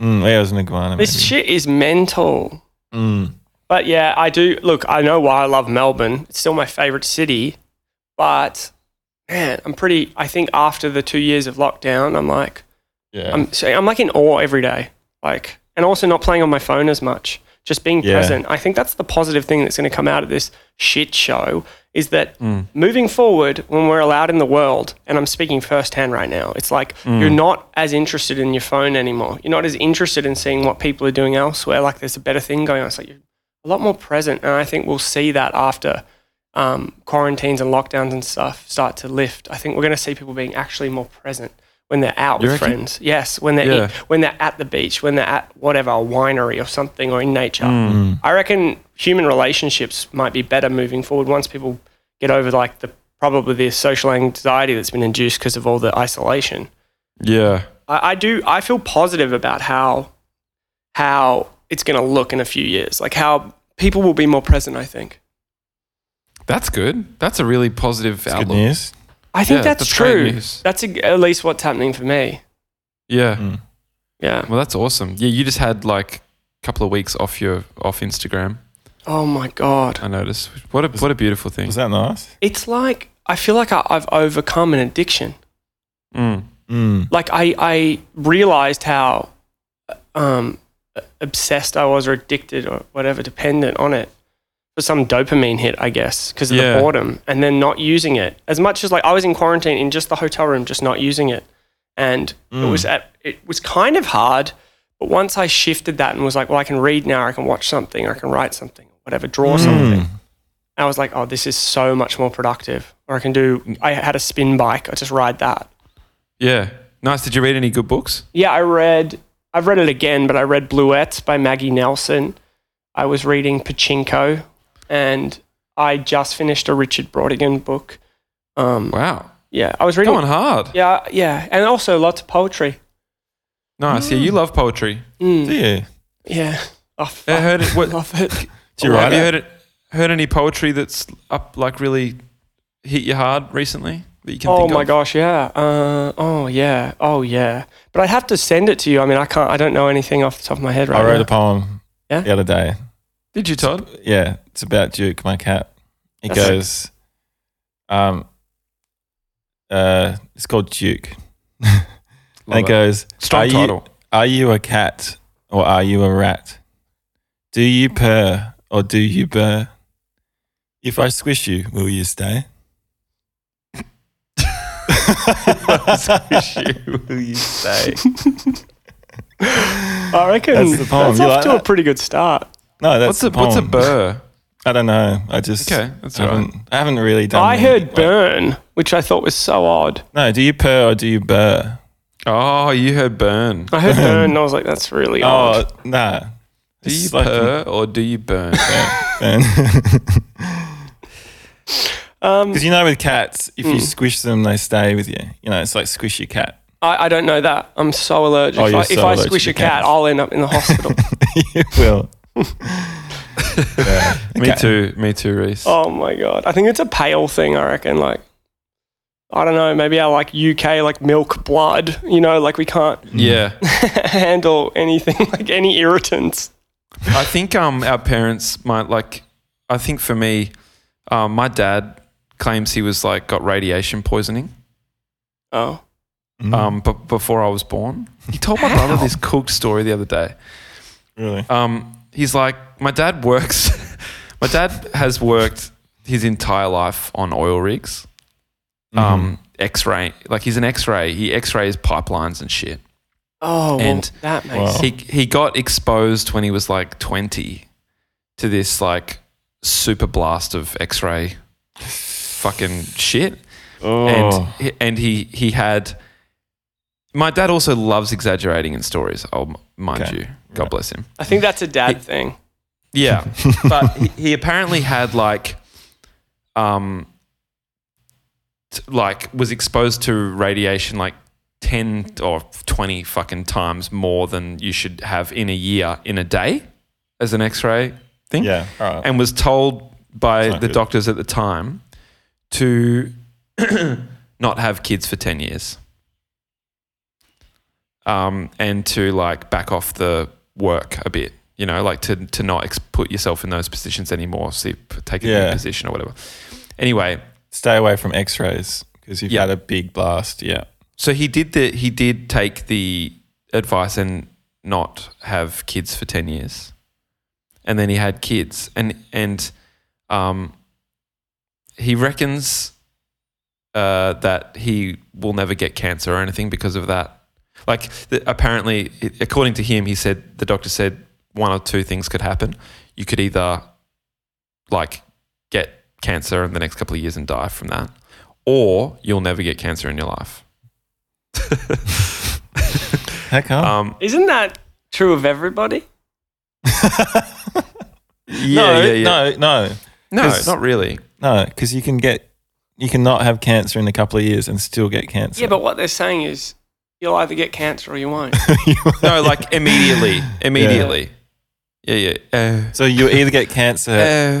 Speaker 4: Mm, yeah, it was an iguana.
Speaker 3: This
Speaker 4: maybe.
Speaker 3: shit is mental.
Speaker 4: Mm.
Speaker 3: But yeah, I do. Look, I know why I love Melbourne. It's still my favorite city. But man, I'm pretty. I think after the two years of lockdown, I'm like,
Speaker 4: Yeah.
Speaker 3: I'm, so I'm like in awe every day. Like, and also not playing on my phone as much, just being
Speaker 4: Yeah.
Speaker 3: present. I think that's the positive thing that's going to come out of this shit show is that
Speaker 4: Mm.
Speaker 3: moving forward, when we're allowed in the world, and I'm speaking firsthand right now, it's like
Speaker 4: Mm.
Speaker 3: you're not as interested in your phone anymore. You're not as interested in seeing what people are doing elsewhere. Like, there's a better thing going on. It's like you're a lot more present. And I think we'll see that after. Um, quarantines and lockdowns and stuff start to lift. I think we're going to see people being actually more present when they're out with
Speaker 1: reckon?
Speaker 3: friends. Yes, when they're
Speaker 1: Yeah.
Speaker 3: in- when they're at the beach, when they're at whatever a winery or something or in nature.
Speaker 1: Mm.
Speaker 3: I reckon human relationships might be better moving forward once people get over like the probably the social anxiety that's been induced because of all the isolation.
Speaker 1: Yeah.
Speaker 3: I, I do I feel positive about how how it's going to look in a few years. Like how people will be more present. I think.
Speaker 1: That's good. That's a really positive
Speaker 4: It's good
Speaker 1: outlook.
Speaker 4: news.
Speaker 3: I think
Speaker 1: Yeah,
Speaker 3: that's,
Speaker 1: that's great
Speaker 3: true.
Speaker 1: news.
Speaker 3: That's a, at least what's happening for me.
Speaker 1: Yeah.
Speaker 4: Mm.
Speaker 3: Yeah.
Speaker 1: Well, that's awesome. Yeah, you just had like a couple of weeks off your off Instagram.
Speaker 3: Oh my god.
Speaker 1: I noticed. What a what a beautiful thing.
Speaker 4: Was that nice?
Speaker 3: It's like I feel like I, I've overcome an addiction.
Speaker 1: Mm.
Speaker 4: Mm.
Speaker 3: Like I I realized how um obsessed I was or addicted or whatever dependent on it for some dopamine hit, I guess, because of
Speaker 1: Yeah.
Speaker 3: the boredom and then not using it. As much as like I was in quarantine in just the hotel room just not using it. And it was at, it was kind of hard, but once I shifted that and was like, well, I can read now, I can watch something, I can write something, whatever, draw something. I was like, oh, this is so much more productive. Or I can do, I had a spin bike. I just ride that.
Speaker 1: Yeah. Nice. Did you read any good books?
Speaker 3: Yeah, I read, I've read it again, but I read Bluette by Maggie Nelson. I was reading Pachinko and I just finished a Richard Brodigan book. Um,
Speaker 1: Wow.
Speaker 3: yeah, I was reading.
Speaker 1: Going hard.
Speaker 3: Yeah, yeah. And also lots of poetry.
Speaker 1: Nice.
Speaker 3: Mm.
Speaker 1: Yeah, you love poetry.
Speaker 4: Do you?
Speaker 3: Yeah. Oh, fuck.
Speaker 1: I heard it. What,
Speaker 3: Love it.
Speaker 4: Do you
Speaker 1: have
Speaker 4: write
Speaker 1: you
Speaker 4: it?
Speaker 1: heard it? Heard any poetry that's up like really hit you hard recently that you can
Speaker 3: Oh
Speaker 1: think
Speaker 3: my
Speaker 1: of?
Speaker 3: gosh, yeah. Uh, oh yeah, oh yeah. But I'd have to send it to you. I mean, I can't. I don't know anything off the top of my head right
Speaker 4: I wrote
Speaker 3: now.
Speaker 4: a poem
Speaker 3: Yeah?
Speaker 4: the other day.
Speaker 1: Did you, Todd?
Speaker 4: Yeah, it's about Duke, my cat. It
Speaker 3: That's-
Speaker 4: goes, um, uh, it's called Duke.
Speaker 1: Love
Speaker 4: and it,
Speaker 1: it.
Speaker 4: goes,
Speaker 1: Strong
Speaker 4: are you-
Speaker 1: title.
Speaker 4: Are you a cat or are you a rat? Do you purr or do you burr? If I squish you, will you stay?
Speaker 1: Squish you, will you say?
Speaker 3: I reckon
Speaker 4: That's the poem.
Speaker 3: that's
Speaker 4: You
Speaker 3: off
Speaker 4: like
Speaker 3: to a
Speaker 4: that?
Speaker 3: pretty good start.
Speaker 4: No,
Speaker 1: What's
Speaker 4: that's
Speaker 1: a
Speaker 4: the poem.
Speaker 1: what's a burr?
Speaker 4: I don't know. I just
Speaker 1: Okay, that's all right.
Speaker 4: haven't, I haven't really done.
Speaker 3: I
Speaker 4: any-
Speaker 3: heard
Speaker 4: like-
Speaker 3: burn, which I thought was so odd.
Speaker 4: No, do you purr or do you burr?
Speaker 1: Oh, you heard burn.
Speaker 3: I heard burn, and I was like, that's really
Speaker 4: Oh,
Speaker 3: odd.
Speaker 4: nah.
Speaker 1: Do
Speaker 4: It's
Speaker 1: you
Speaker 4: like-
Speaker 1: purr or do you burn?
Speaker 3: Um,
Speaker 4: Because you know, with cats, if
Speaker 1: Hmm.
Speaker 4: you squish them, they stay with you. You know, it's like squish your cat.
Speaker 3: I, I don't know that. I'm so allergic.
Speaker 4: Oh,
Speaker 3: if
Speaker 4: you're
Speaker 3: I,
Speaker 4: so
Speaker 3: if I
Speaker 4: allergic
Speaker 3: squish
Speaker 4: to
Speaker 3: a cat,
Speaker 4: cats.
Speaker 3: I'll end up in the hospital.
Speaker 4: you will. yeah.
Speaker 1: Me
Speaker 4: okay.
Speaker 1: too. Me too, Reese.
Speaker 3: oh my god. I think it's a pale thing. I reckon. Like, I don't know. Maybe our like UK like milk blood. You know, like we can't
Speaker 1: Yeah.
Speaker 3: handle anything like any irritants.
Speaker 1: I think um our parents might like. I think for me, um, my dad claims he was like got radiation poisoning.
Speaker 3: Oh.
Speaker 4: Mm,
Speaker 1: Um, but before I was born, he told my brother this cooked story the other day.
Speaker 4: really.
Speaker 1: Um, he's like, my dad works. my dad has worked his entire life on oil rigs.
Speaker 4: Mm-hmm.
Speaker 1: Um, X-ray, like he's an X-ray. He X-rays pipelines and shit.
Speaker 3: Oh, well,
Speaker 1: And-
Speaker 3: that makes
Speaker 4: Wow.
Speaker 3: sense.
Speaker 1: He he got exposed when he was like twenty to this like super blast of X-ray fucking shit.
Speaker 4: oh.
Speaker 1: and he- and he he had. My dad also loves exaggerating in stories. Oh, mind
Speaker 4: Okay.
Speaker 1: you, God bless him.
Speaker 3: I think that's a dad thing.
Speaker 1: Yeah, but he, he apparently had like, um, t- like was exposed to radiation like ten or twenty fucking times more than you should have in a year in a day, as an X-ray thing
Speaker 4: yeah. All right.
Speaker 1: and was told by
Speaker 4: not
Speaker 1: the
Speaker 4: good.
Speaker 1: doctors at the time to not have kids for 10 years um, and to like back off the work a bit you know like to, to not ex- put yourself in those positions anymore so you p- take a new
Speaker 4: Yeah.
Speaker 1: position or whatever anyway
Speaker 4: Stay away from X-rays because you've
Speaker 1: Yeah.
Speaker 4: had a big blast. Yeah.
Speaker 1: so he did the he did take the advice and not have kids for 10 years and then he had kids and and um he reckons uh that he will never get cancer or anything because of that like the, apparently i- according to him he said the doctor said one or two things could happen you could either like get cancer in the next couple of years and die from that or you'll never get cancer in your life
Speaker 4: How come?
Speaker 1: um
Speaker 3: Isn't that true of everybody?
Speaker 1: yeah,
Speaker 4: no,
Speaker 1: yeah, yeah.
Speaker 4: no, no,
Speaker 1: No,
Speaker 4: 'Cause-
Speaker 1: not really.
Speaker 4: no, because you can get, you can not have cancer in a couple of years and still get cancer.
Speaker 3: Yeah, but what they're saying is you'll either get cancer or you won't.
Speaker 1: No, like immediately, immediately. Yeah, yeah, uh,
Speaker 4: so you either get cancer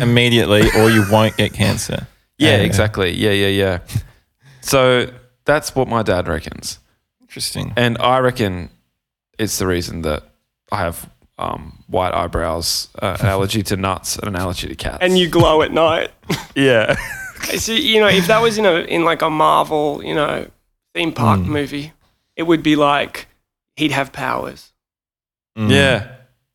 Speaker 1: Uh.
Speaker 4: immediately or you won't get cancer.
Speaker 1: yeah,
Speaker 4: Uh,
Speaker 1: exactly. Yeah, yeah, yeah. So that's what my dad reckons,
Speaker 4: Interesting.
Speaker 1: and I reckon it's the reason that I have um, white eyebrows, uh, an allergy to nuts, and an allergy to cats.
Speaker 3: and you glow at night.
Speaker 1: yeah,
Speaker 3: So, you know, if that was in a in like a Marvel, you know, theme park
Speaker 1: Hmm.
Speaker 3: movie, it would be like he'd have powers.
Speaker 4: Mm.
Speaker 1: yeah,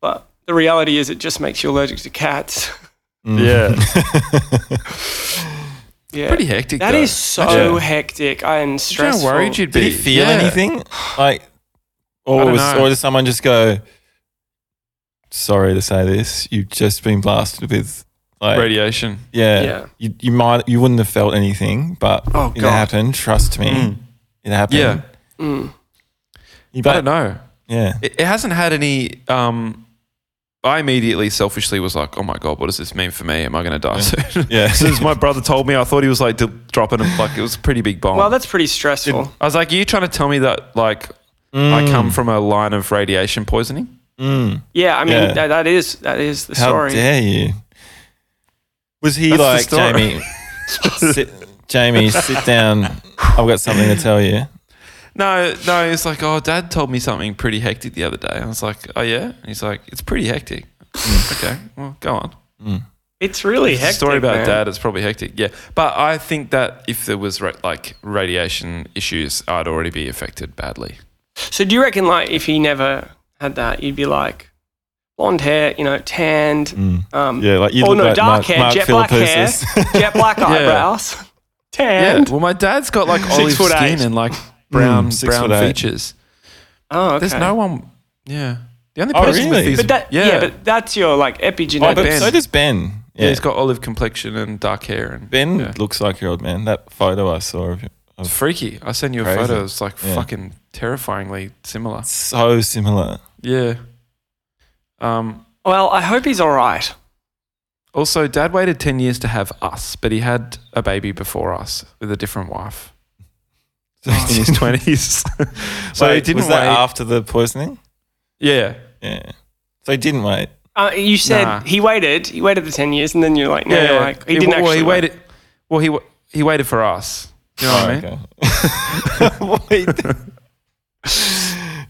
Speaker 3: But the reality is, it just makes you allergic to cats.
Speaker 4: Mm.
Speaker 1: yeah.
Speaker 3: yeah,
Speaker 1: Pretty hectic.
Speaker 3: That
Speaker 1: though.
Speaker 3: is so
Speaker 1: Imagine-
Speaker 3: hectic and
Speaker 1: imagine
Speaker 3: stressful.
Speaker 1: how worried you'd be.
Speaker 4: Did he feel
Speaker 1: Yeah.
Speaker 4: anything?
Speaker 1: I
Speaker 4: Like, or
Speaker 1: don't
Speaker 4: was,
Speaker 1: know.
Speaker 4: Oh, or did someone just go? Sorry to say this, you've just been blasted with like
Speaker 1: Radiation.
Speaker 4: Yeah,
Speaker 3: Yeah.
Speaker 4: You, you might you wouldn't have felt anything, but
Speaker 3: Oh,
Speaker 4: it
Speaker 3: God.
Speaker 4: happened. Trust me,
Speaker 1: Mm.
Speaker 4: it happened.
Speaker 1: Yeah,
Speaker 3: Mm.
Speaker 4: You
Speaker 1: I
Speaker 4: bet-
Speaker 1: don't know.
Speaker 4: Yeah,
Speaker 1: It, it hasn't had any. Um, I immediately selfishly was like, "Oh my god, what does this mean for me? Am I going to die soon?"
Speaker 4: Yeah.
Speaker 1: as soon as my brother told me, I thought he was like d- dropping a like it was a pretty big bomb.
Speaker 3: Well, that's pretty stressful.
Speaker 1: I was like, "Are you trying to tell me that like
Speaker 3: Mm.
Speaker 1: I come from a line of radiation poisoning?"
Speaker 4: Mm.
Speaker 3: yeah, I mean,
Speaker 4: Yeah.
Speaker 3: That, that is that is the
Speaker 4: How
Speaker 3: story.
Speaker 4: dare you? Was he
Speaker 1: That's the
Speaker 4: like
Speaker 1: story.
Speaker 4: Jamie? sit, Jamie, sit down. I've got something to tell you.
Speaker 1: No, no. He's like, "Oh, Dad told me something pretty hectic the other day." I was like, "Oh yeah," and he's like, "It's pretty hectic." okay, well, go on.
Speaker 3: It's really
Speaker 1: It's a
Speaker 3: hectic.
Speaker 1: Mm. story about
Speaker 3: man.
Speaker 1: dad. It's probably hectic. Yeah, but I think that if there was ra- like radiation issues, I'd already be affected badly.
Speaker 3: So do you reckon, like, if he never had that, you'd be like blonde hair, you know, tanned, um,
Speaker 4: Mm. Yeah, like you
Speaker 3: or
Speaker 4: look
Speaker 3: no,
Speaker 4: like
Speaker 3: dark
Speaker 4: Mark-
Speaker 3: hair,
Speaker 4: Mark
Speaker 3: jet black hair,
Speaker 4: Philippoussis.
Speaker 3: jet black eyebrows,
Speaker 1: Yeah.
Speaker 3: tanned.
Speaker 1: Well, my dad's got like olive
Speaker 3: foot
Speaker 1: skin
Speaker 3: eight.
Speaker 1: and like brown
Speaker 4: Mm, six
Speaker 1: brown
Speaker 4: foot eight.
Speaker 1: features.
Speaker 3: Oh, okay.
Speaker 1: There's no one. Yeah. The only
Speaker 4: Oh,
Speaker 1: person with
Speaker 4: really?
Speaker 1: these,
Speaker 3: But that, yeah.
Speaker 1: yeah,
Speaker 3: but that's your like
Speaker 4: Oh,
Speaker 3: epigenetic.
Speaker 4: but
Speaker 1: Ben.
Speaker 4: so does Ben.
Speaker 1: yeah,
Speaker 4: Yeah,
Speaker 1: he's got olive complexion and dark hair and
Speaker 4: Ben
Speaker 1: yeah.
Speaker 4: looks like your old man. That photo I saw of him.
Speaker 1: It's freaky. I send you a
Speaker 4: Crazy.
Speaker 1: photo. It's like
Speaker 4: Yeah.
Speaker 1: fucking terrifyingly similar.
Speaker 4: So similar.
Speaker 1: Yeah. Um.
Speaker 3: well, I hope he's all right.
Speaker 1: Also, dad waited 10 years to have us, but he had a baby before us with a different wife in his 20s. so he
Speaker 4: Wait,
Speaker 1: didn't
Speaker 4: was that
Speaker 1: wait.
Speaker 4: after the poisoning?
Speaker 1: yeah.
Speaker 4: Yeah. So he didn't wait.
Speaker 3: Uh, you said
Speaker 1: Nah.
Speaker 3: he waited. He waited the ten years, and then you're like, no,
Speaker 1: Yeah.
Speaker 3: you're like he didn't
Speaker 1: well,
Speaker 3: actually.
Speaker 1: he
Speaker 3: wait.
Speaker 1: waited. Well, he, wa- he waited for us. Do you know what I mean?
Speaker 4: Oh, okay.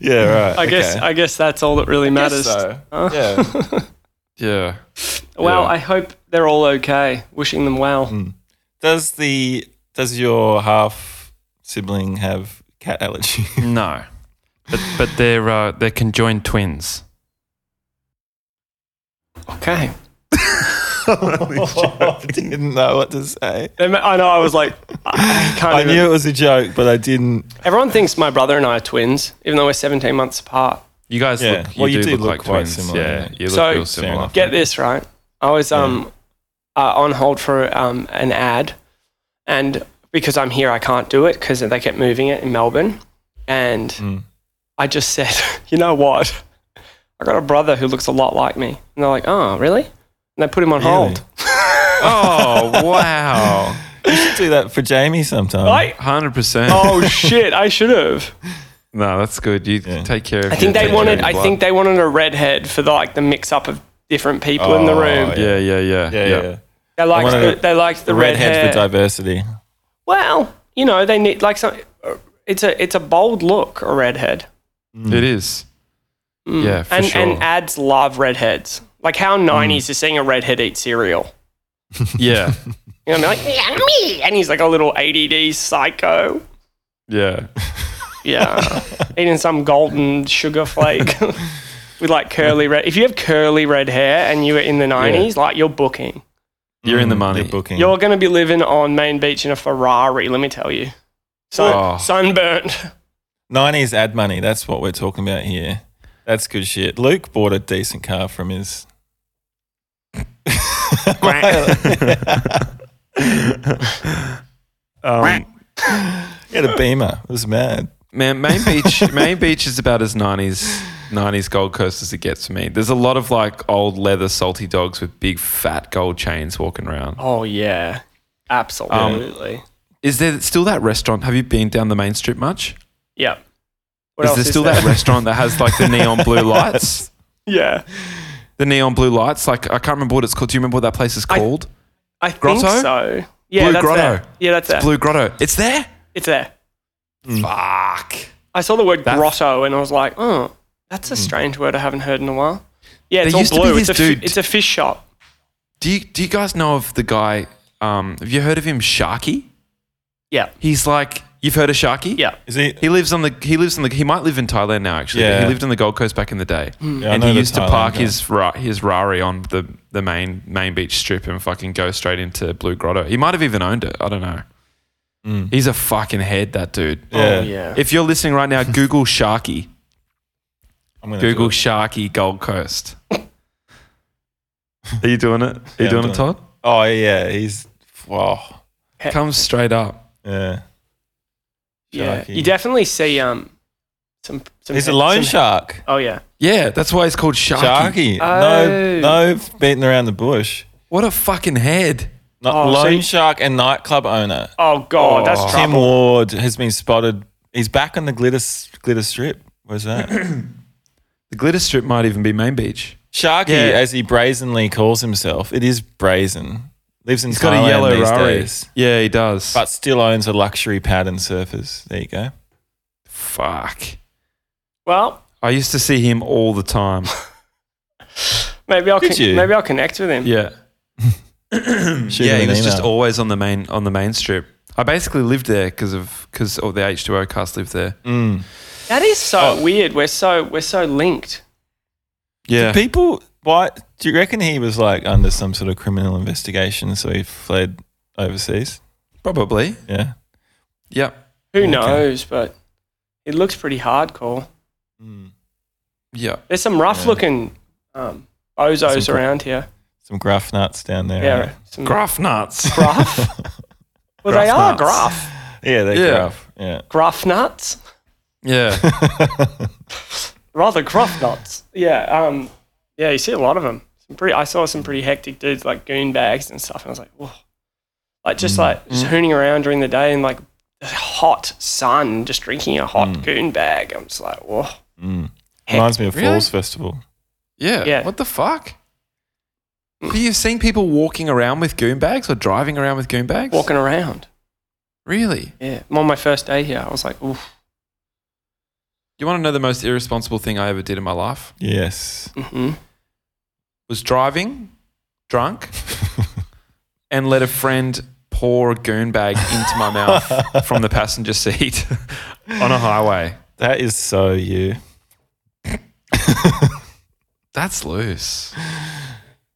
Speaker 4: yeah, right.
Speaker 3: I guess.
Speaker 4: okay.
Speaker 3: I guess that's all that really
Speaker 4: guess
Speaker 3: matters.
Speaker 4: so. Yeah.
Speaker 1: Yeah.
Speaker 3: Well,
Speaker 1: Yeah.
Speaker 3: I hope they're all okay. Wishing them well.
Speaker 4: Hmm. Does the does your half sibling have cat allergy?
Speaker 1: No. But, but they're, uh, they're conjoined twins.
Speaker 3: Okay.
Speaker 4: didn't know what to say.
Speaker 3: I know. I was like, I can't.
Speaker 4: I
Speaker 3: even-
Speaker 4: knew it was a joke, but I didn't.
Speaker 3: Everyone thinks my brother and I are twins, even though we're 17 months apart.
Speaker 1: You guys
Speaker 4: Yeah.
Speaker 1: look, you,
Speaker 4: Well,
Speaker 1: do, look, like
Speaker 4: quite
Speaker 1: twins.
Speaker 4: similar,
Speaker 1: yeah,
Speaker 4: yeah.
Speaker 1: you look
Speaker 3: So-
Speaker 1: real
Speaker 4: Fair
Speaker 1: similar.
Speaker 4: enough.
Speaker 3: Get this right. I was um, uh, on hold for um, an ad, and because I'm here, I can't do it because they kept moving it in Melbourne. And
Speaker 4: Mm.
Speaker 3: I just said, you know what? I got a brother who looks a lot like me. And they're like, oh, really? And they put him on hold.
Speaker 1: Oh, wow.
Speaker 4: You should do that for Jamie sometime.
Speaker 3: I,
Speaker 1: 100%.
Speaker 3: oh, shit, I should have.
Speaker 1: No, that's good. You
Speaker 4: Yeah.
Speaker 1: take care of
Speaker 3: I think
Speaker 1: your
Speaker 3: they wanted. I
Speaker 1: blood.
Speaker 3: think they wanted a redhead for the, like the mix up of different people in the
Speaker 4: Oh,
Speaker 3: room.
Speaker 1: Yeah, yeah, yeah.
Speaker 4: yeah, yeah. yeah.
Speaker 3: They liked
Speaker 4: wanted
Speaker 3: the, they liked the red
Speaker 4: Redhead
Speaker 3: hair.
Speaker 4: for diversity.
Speaker 3: well, you know they need like some. It's a it's a bold look a redhead,
Speaker 1: It is. Yeah, for
Speaker 3: Mm. and
Speaker 1: sure. Mm.
Speaker 3: and ads love redheads. Like how nineties is seeing a redhead eat cereal.
Speaker 1: yeah,
Speaker 3: You know what I mean? Like yummy, and he's like a little ADD psycho.
Speaker 1: yeah.
Speaker 3: Yeah, eating some golden sugar flake with like curly red. If you have curly red hair and you were in the nineties, like you're booking.
Speaker 1: You're in the
Speaker 4: Mm,
Speaker 1: money.
Speaker 4: You're booking.
Speaker 3: You're going to be living on Main Beach in a Ferrari, let me tell you. Sun,
Speaker 1: Oh.
Speaker 3: Sunburnt.
Speaker 4: 90s ad money. That's what we're talking about here. That's good shit. Luke bought a decent car from his.
Speaker 1: Um,
Speaker 4: He had a Beamer. It was mad.
Speaker 1: man, Main Beach, Main Beach is about as nineties, nineties Gold Coast as it gets for me. There's a lot of like old leather salty dogs with big fat gold chains walking around.
Speaker 3: Oh, yeah.
Speaker 1: Um,
Speaker 3: Absolutely.
Speaker 1: Is there still that restaurant? Have you been down the main strip much?
Speaker 3: yeah. What
Speaker 1: Is
Speaker 3: else
Speaker 1: there still that restaurant that has like the neon blue lights?
Speaker 3: yeah.
Speaker 1: The neon blue lights. Like I can't remember what it's called. Do you remember what that place is
Speaker 3: I-
Speaker 1: called?
Speaker 3: I think
Speaker 1: Grotto?
Speaker 3: so. Yeah,
Speaker 1: Blue
Speaker 3: that's
Speaker 1: Grotto.
Speaker 3: there. Yeah, that's there.
Speaker 1: Blue Grotto. It's there.
Speaker 3: It's there.
Speaker 1: Fuck.
Speaker 3: I saw the word
Speaker 1: That's-
Speaker 3: grotto and I was like, oh, that's a strange word I haven't heard in a while. Yeah, it's
Speaker 1: There
Speaker 3: all
Speaker 1: used to be
Speaker 3: blue.
Speaker 1: this
Speaker 3: it's, a fi-
Speaker 1: dude-
Speaker 3: it's a fish shop.
Speaker 1: Do you, do you guys know of the guy? Um, have you heard of him, Sharky?
Speaker 3: Yeah,
Speaker 1: He's like, you've heard of Sharky?
Speaker 3: yeah.
Speaker 4: Is he?
Speaker 1: He lives on the. He lives on the. He might live in Thailand now. Actually, but
Speaker 4: Yeah. Mm.
Speaker 1: he lived on the Gold Coast back in the day,
Speaker 4: Yeah, I
Speaker 1: and
Speaker 4: know
Speaker 1: he
Speaker 4: the
Speaker 1: used to
Speaker 4: Thailand
Speaker 1: park
Speaker 4: guy.
Speaker 1: his ra- his Rari on the the main main beach strip and fucking go straight into Blue Grotto. He might have even owned it. I don't know.
Speaker 4: Mm,
Speaker 1: He's a fucking head, that dude.
Speaker 4: Yeah.
Speaker 1: If you're listening right now, Google Sharky.
Speaker 4: I'm gonna
Speaker 1: Google
Speaker 4: do it.
Speaker 1: Sharky Gold Coast. Are you doing it? Are you
Speaker 4: I'm
Speaker 1: doing
Speaker 4: doing
Speaker 1: it,
Speaker 4: it.
Speaker 1: Todd?
Speaker 4: Oh yeah, he's wow.
Speaker 1: Comes straight up.
Speaker 4: Yeah.
Speaker 3: Yeah,
Speaker 4: Sharky.
Speaker 3: you definitely see um some. some
Speaker 4: He's a loan
Speaker 3: some-
Speaker 4: shark.
Speaker 3: Oh yeah,
Speaker 1: Yeah, that's why it's called Sharky.
Speaker 4: Sharky.
Speaker 3: Oh.
Speaker 4: No, no beating around the bush.
Speaker 1: What a fucking head.
Speaker 4: Not
Speaker 3: Oh, so
Speaker 4: loan
Speaker 3: you-
Speaker 4: shark and nightclub owner.
Speaker 3: Oh god,
Speaker 1: Oh.
Speaker 3: that's
Speaker 4: Tim
Speaker 3: trouble.
Speaker 4: Ward has been spotted. He's back on the glitter s- glitter strip. Where's that?
Speaker 1: The glitter strip might even be Main Beach.
Speaker 4: Sharky,
Speaker 1: Yeah.
Speaker 4: as he brazenly calls himself, it is brazen. Lives in
Speaker 1: He's
Speaker 4: Thailand
Speaker 1: got a yellow
Speaker 4: these
Speaker 1: Rari.
Speaker 4: days,
Speaker 1: Yeah, he does.
Speaker 4: but still owns a luxury pad and surfers. There you go.
Speaker 1: Fuck.
Speaker 3: Well,
Speaker 1: I used to see him all the time.
Speaker 3: maybe I'll
Speaker 4: Did you?
Speaker 3: con- maybe I'll connect with him.
Speaker 1: Yeah.
Speaker 4: Shoot
Speaker 1: Mm. yeah,
Speaker 4: him
Speaker 1: he
Speaker 4: an
Speaker 1: was just
Speaker 4: email.
Speaker 1: always on the main on the main strip. I basically lived there because of because all the H2O cast lived there.
Speaker 4: Mm.
Speaker 3: That is so
Speaker 4: Oh.
Speaker 3: weird. We're so we're so linked.
Speaker 1: Yeah.
Speaker 4: People, why do you reckon he was like under some sort of criminal investigation? So he fled overseas.
Speaker 1: Probably.
Speaker 4: Yeah.
Speaker 1: Yep.
Speaker 3: Who
Speaker 4: Okay.
Speaker 3: knows? But it looks pretty hardcore.
Speaker 4: Mm.
Speaker 1: Yeah.
Speaker 3: There's some rough
Speaker 4: Yeah.
Speaker 3: looking um, ozos
Speaker 4: Some pro-
Speaker 3: around here.
Speaker 4: Some gruff nuts down there. eh?
Speaker 3: Yeah,
Speaker 4: right?
Speaker 3: some
Speaker 1: Graph nuts.
Speaker 3: gruff. well, they
Speaker 4: Gruff
Speaker 3: are
Speaker 4: nuts.
Speaker 3: gruff.
Speaker 4: Yeah, they're
Speaker 1: Yeah.
Speaker 4: gruff. Yeah.
Speaker 3: Gruff nuts.
Speaker 1: yeah.
Speaker 3: rather gruff nuts. Yeah, um, yeah, you see a lot of them. Some pretty, I saw some pretty hectic dudes like goon bags and stuff, and I was like, whoa, like
Speaker 4: Mm.
Speaker 3: just like just hooning around during the day in like the hot sun, just drinking a hot goon bag. I'm just like, whoa,
Speaker 4: Mm. Reminds me of
Speaker 1: Really?
Speaker 4: Falls Festival.
Speaker 1: Yeah.
Speaker 3: Yeah.
Speaker 1: What the fuck? But you've seen people walking around with goon bags or driving around with goon bags?
Speaker 3: walking around.
Speaker 1: Really?
Speaker 3: Yeah, I'm on my first day here, I was like, ooh,
Speaker 1: You want to know the most irresponsible thing I ever did in my life?
Speaker 4: Yes.
Speaker 3: mm-hmm.
Speaker 1: Was driving, drunk, and let a friend pour a goon bag into my mouth from the passenger seat on a highway.
Speaker 4: That is so you.
Speaker 1: That's loose.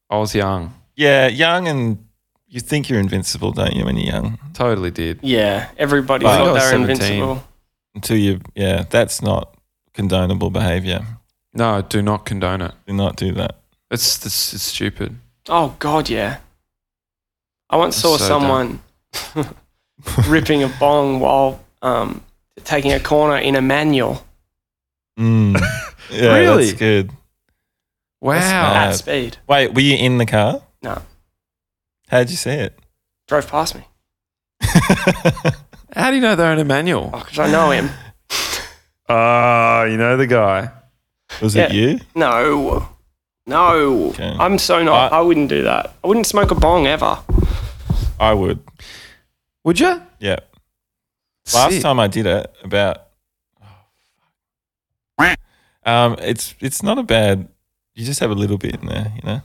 Speaker 1: I was young.
Speaker 4: Yeah, young and you think you're invincible, don't you, when you're young?
Speaker 1: Totally did.
Speaker 3: yeah, everybody
Speaker 4: Well, I
Speaker 3: thought
Speaker 1: was
Speaker 3: they were
Speaker 1: 17.
Speaker 3: invincible.
Speaker 4: Until you, yeah, that's not condonable behavior.
Speaker 1: No, do not condone it.
Speaker 4: Do not do that.
Speaker 1: It's, it's, it's stupid.
Speaker 3: Oh God, yeah. I once
Speaker 1: That's
Speaker 3: saw
Speaker 1: so
Speaker 3: someone ripping a bong while um, taking a corner in a manual
Speaker 4: Mm. Yeah,
Speaker 1: Really?
Speaker 4: That's good.
Speaker 1: Wow.
Speaker 4: mad.
Speaker 3: at
Speaker 4: Uh,
Speaker 3: speed.
Speaker 4: Wait, were you in the car?
Speaker 3: No,
Speaker 4: How'd you see it?
Speaker 3: drove past me.
Speaker 1: How do you know they're in a manual?
Speaker 3: Oh, because I know him.
Speaker 1: Ah, you know the guy.
Speaker 4: Was
Speaker 3: Yeah.
Speaker 4: it you?
Speaker 3: No, no.
Speaker 4: Okay.
Speaker 3: I'm so not.
Speaker 4: I-
Speaker 3: I wouldn't do that. I wouldn't smoke a bong ever.
Speaker 4: I would.
Speaker 1: Would you?
Speaker 4: Yeah. Last time I did it, about oh, um, it's it's not a bad. You just have a little bit in there, you know.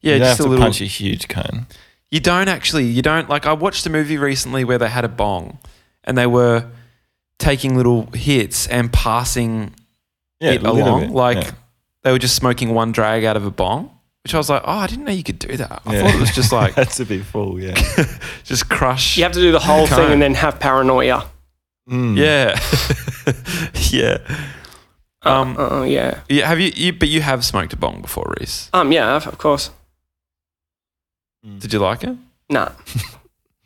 Speaker 1: Yeah,
Speaker 4: you don't
Speaker 1: just a
Speaker 4: have to
Speaker 1: little.
Speaker 4: punch a huge cone.
Speaker 1: You don't actually. You don't like. I watched a movie recently where they had a bong, and they were taking little hits and passing
Speaker 4: Yeah,
Speaker 1: it
Speaker 4: a little
Speaker 1: along.
Speaker 4: bit,
Speaker 1: Like
Speaker 4: yeah.
Speaker 1: they were just smoking one drag out of a bong, which I was like, oh, I didn't know you could do that. I
Speaker 4: Yeah.
Speaker 1: thought it was just like
Speaker 4: that's a bit full. Yeah.
Speaker 1: just crush.
Speaker 3: You have to do the whole
Speaker 1: Can't.
Speaker 3: thing and then have paranoia.
Speaker 4: Mm.
Speaker 1: Yeah, yeah. Um,
Speaker 3: Oh yeah.
Speaker 1: yeah. Have you, you? But you have smoked a bong before, Reese.
Speaker 3: Um. Yeah. Of of course.
Speaker 1: Did you like it?
Speaker 3: Nah.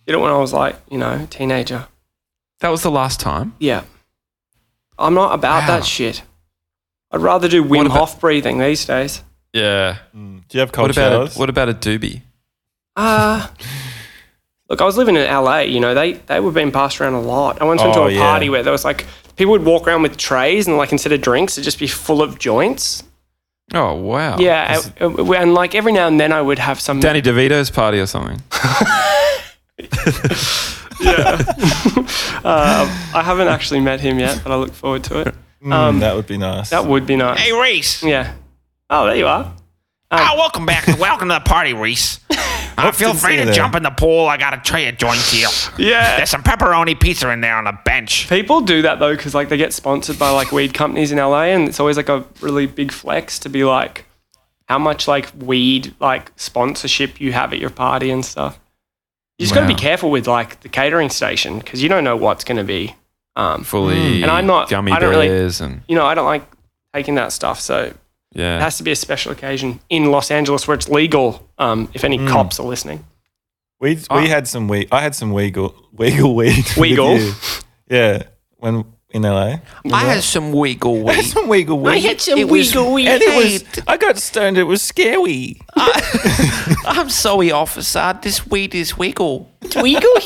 Speaker 3: Did it when I was like, you know, teenager.
Speaker 1: That was the last time.
Speaker 3: Yeah. I'm not about
Speaker 1: Wow.
Speaker 3: that shit. I'd rather do Wim
Speaker 1: about-
Speaker 3: Hof breathing these days.
Speaker 1: Yeah.
Speaker 4: Mm. Do you have cold
Speaker 1: What about
Speaker 4: showers?
Speaker 1: a, what about a doobie?
Speaker 3: Uh, look, I was living in LA, you know, they, they were being passed around a lot. I once went
Speaker 4: Oh,
Speaker 3: to a
Speaker 4: yeah.
Speaker 3: party where there was like, people would walk around with trays and like instead of drinks, it'd just be full of joints.
Speaker 1: Oh wow.
Speaker 3: yeah. I- I- and like every now and then I would have some.
Speaker 1: Danny DeVito's party or something.
Speaker 3: Uh, I haven't actually met him yet, but I look forward to it.
Speaker 1: um,
Speaker 4: Mm, that would be nice.
Speaker 3: That would be nice.
Speaker 1: Reese.
Speaker 3: Yeah. Oh, there you are.
Speaker 5: oh, welcome back. welcome to the party, Reese. Uh, feel free
Speaker 4: sincere
Speaker 5: to
Speaker 4: there.
Speaker 5: jump in the pool. I got a tray of joints here.
Speaker 3: Yeah.
Speaker 5: There's some pepperoni pizza in there on a bench.
Speaker 3: People do that though because like they get sponsored by like weed companies in LA, and it's always like a really big flex to be like, how much like weed like sponsorship you have at your party and stuff. You just got to
Speaker 4: Wow.
Speaker 3: be careful with like the catering station because you don't know what's going to be. Um,
Speaker 1: fully
Speaker 3: And I'm not-
Speaker 1: gummy
Speaker 3: I don't really-
Speaker 1: bears and
Speaker 3: you know, I don't like taking that stuff, so
Speaker 1: yeah.
Speaker 3: It has to be a special occasion in Los Angeles where it's legal. Um, if any cops are listening,
Speaker 4: We we
Speaker 1: Ah.
Speaker 4: had some weed. I had some weegal weegal weed. with
Speaker 3: Weegal?
Speaker 4: you. Yeah, when in LA.
Speaker 1: I had some wiggle
Speaker 4: I had
Speaker 1: weed.
Speaker 4: some weegal weed. I had some weegal weed. And it was. I got stoned. It was scary.
Speaker 1: I'm sorry, officer. This weed is wiggle.
Speaker 3: yuck!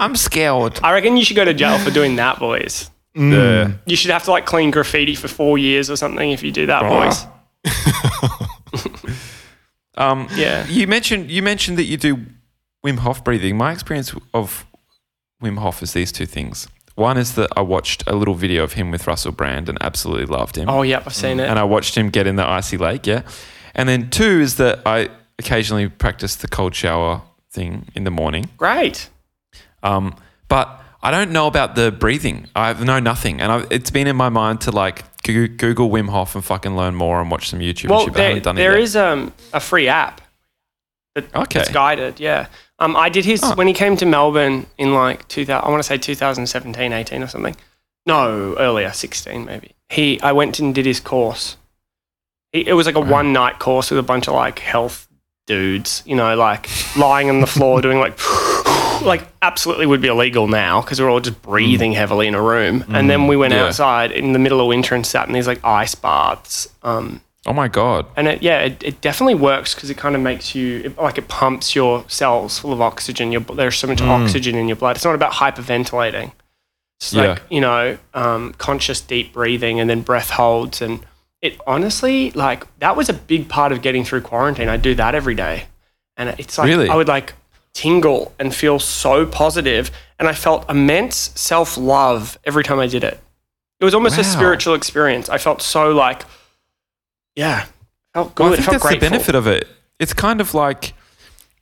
Speaker 1: I'm scared.
Speaker 3: I reckon you should go to jail for doing that, boys.
Speaker 1: Mm.
Speaker 3: You should have to like clean graffiti for four years or something if you do that, boys.
Speaker 1: Um,
Speaker 3: Yeah.
Speaker 1: You mentioned you mentioned that you do Wim Hof breathing. My experience of Wim Hof is these two things. One is that I watched a little video of him with Russell Brand and absolutely loved him.
Speaker 3: Oh, yep, I've seen it.
Speaker 1: Mm, and I watched him get in the icy lake. Yeah, and then two is that I occasionally practice the cold shower thing in the morning.
Speaker 3: Great.
Speaker 1: Um, but I don't know about the breathing. I know nothing, and I've, it's been in my mind to like Goo- Google Wim Hof and fucking learn more and watch some YouTube.
Speaker 3: Well,
Speaker 1: and shit, but I
Speaker 3: there,
Speaker 1: haven't done it
Speaker 3: there
Speaker 1: yet.
Speaker 3: is um, a free app
Speaker 1: okay.
Speaker 3: It's guided, yeah. Um, I did his
Speaker 1: Oh.
Speaker 3: when he came to Melbourne in like 2000, I want to say 2017, 18 or something. No, earlier, 16 maybe. He, I went and did his course. He, it was like a one night course with a bunch of like health dudes, you know, like lying on the floor doing like, like absolutely would be illegal now because we're all just breathing heavily in a room. And then we went
Speaker 1: Mm. yeah.
Speaker 3: outside in the middle of winter and sat in these like ice baths. Um,
Speaker 1: Oh my god.
Speaker 3: and it, yeah, it, it definitely works because it kind of makes you it, like it pumps your cells full of oxygen. Your, there's so much
Speaker 1: Mm.
Speaker 3: oxygen in your blood. It's not about hyperventilating. It's like you know, um, conscious deep breathing and then breath holds. And it honestly, like that was a big part of getting through quarantine. I do that every day, and it's like
Speaker 1: Really?
Speaker 3: I would like tingle and feel so positive, and I felt immense self love every time I did it. It was almost a
Speaker 1: Wow.
Speaker 3: spiritual experience. I felt so like, yeah, felt good.
Speaker 1: Well, I think
Speaker 3: felt
Speaker 1: that's
Speaker 3: grateful.
Speaker 1: the benefit of it. It's kind of like,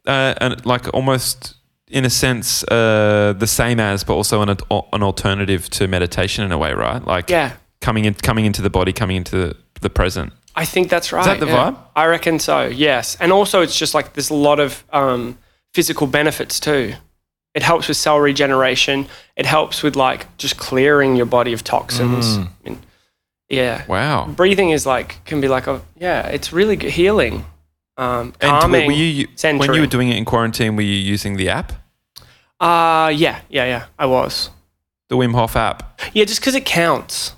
Speaker 1: uh, an, like almost in a sense, uh, the same as, but also an al- an alternative to meditation in a way, right? Like,
Speaker 3: Yeah.
Speaker 1: coming in, coming into the body, coming into the, the present.
Speaker 3: I think that's right.
Speaker 1: that the
Speaker 3: yeah.
Speaker 1: vibe?
Speaker 3: I reckon so. Yes, and also it's just like there's a lot of um, physical benefits too. It helps with cell regeneration. It helps with like just clearing your body of toxins.
Speaker 1: Mm.
Speaker 3: I mean, yeah,
Speaker 1: Wow.
Speaker 3: breathing is like can be like a yeah. It's really good healing. Um,
Speaker 1: And
Speaker 3: calming.
Speaker 1: were you when
Speaker 3: centering.
Speaker 1: you were doing it in quarantine? Were you using the app,
Speaker 3: uh, yeah, yeah, yeah. I was.
Speaker 1: the Wim Hof app?
Speaker 3: Yeah, just because it counts.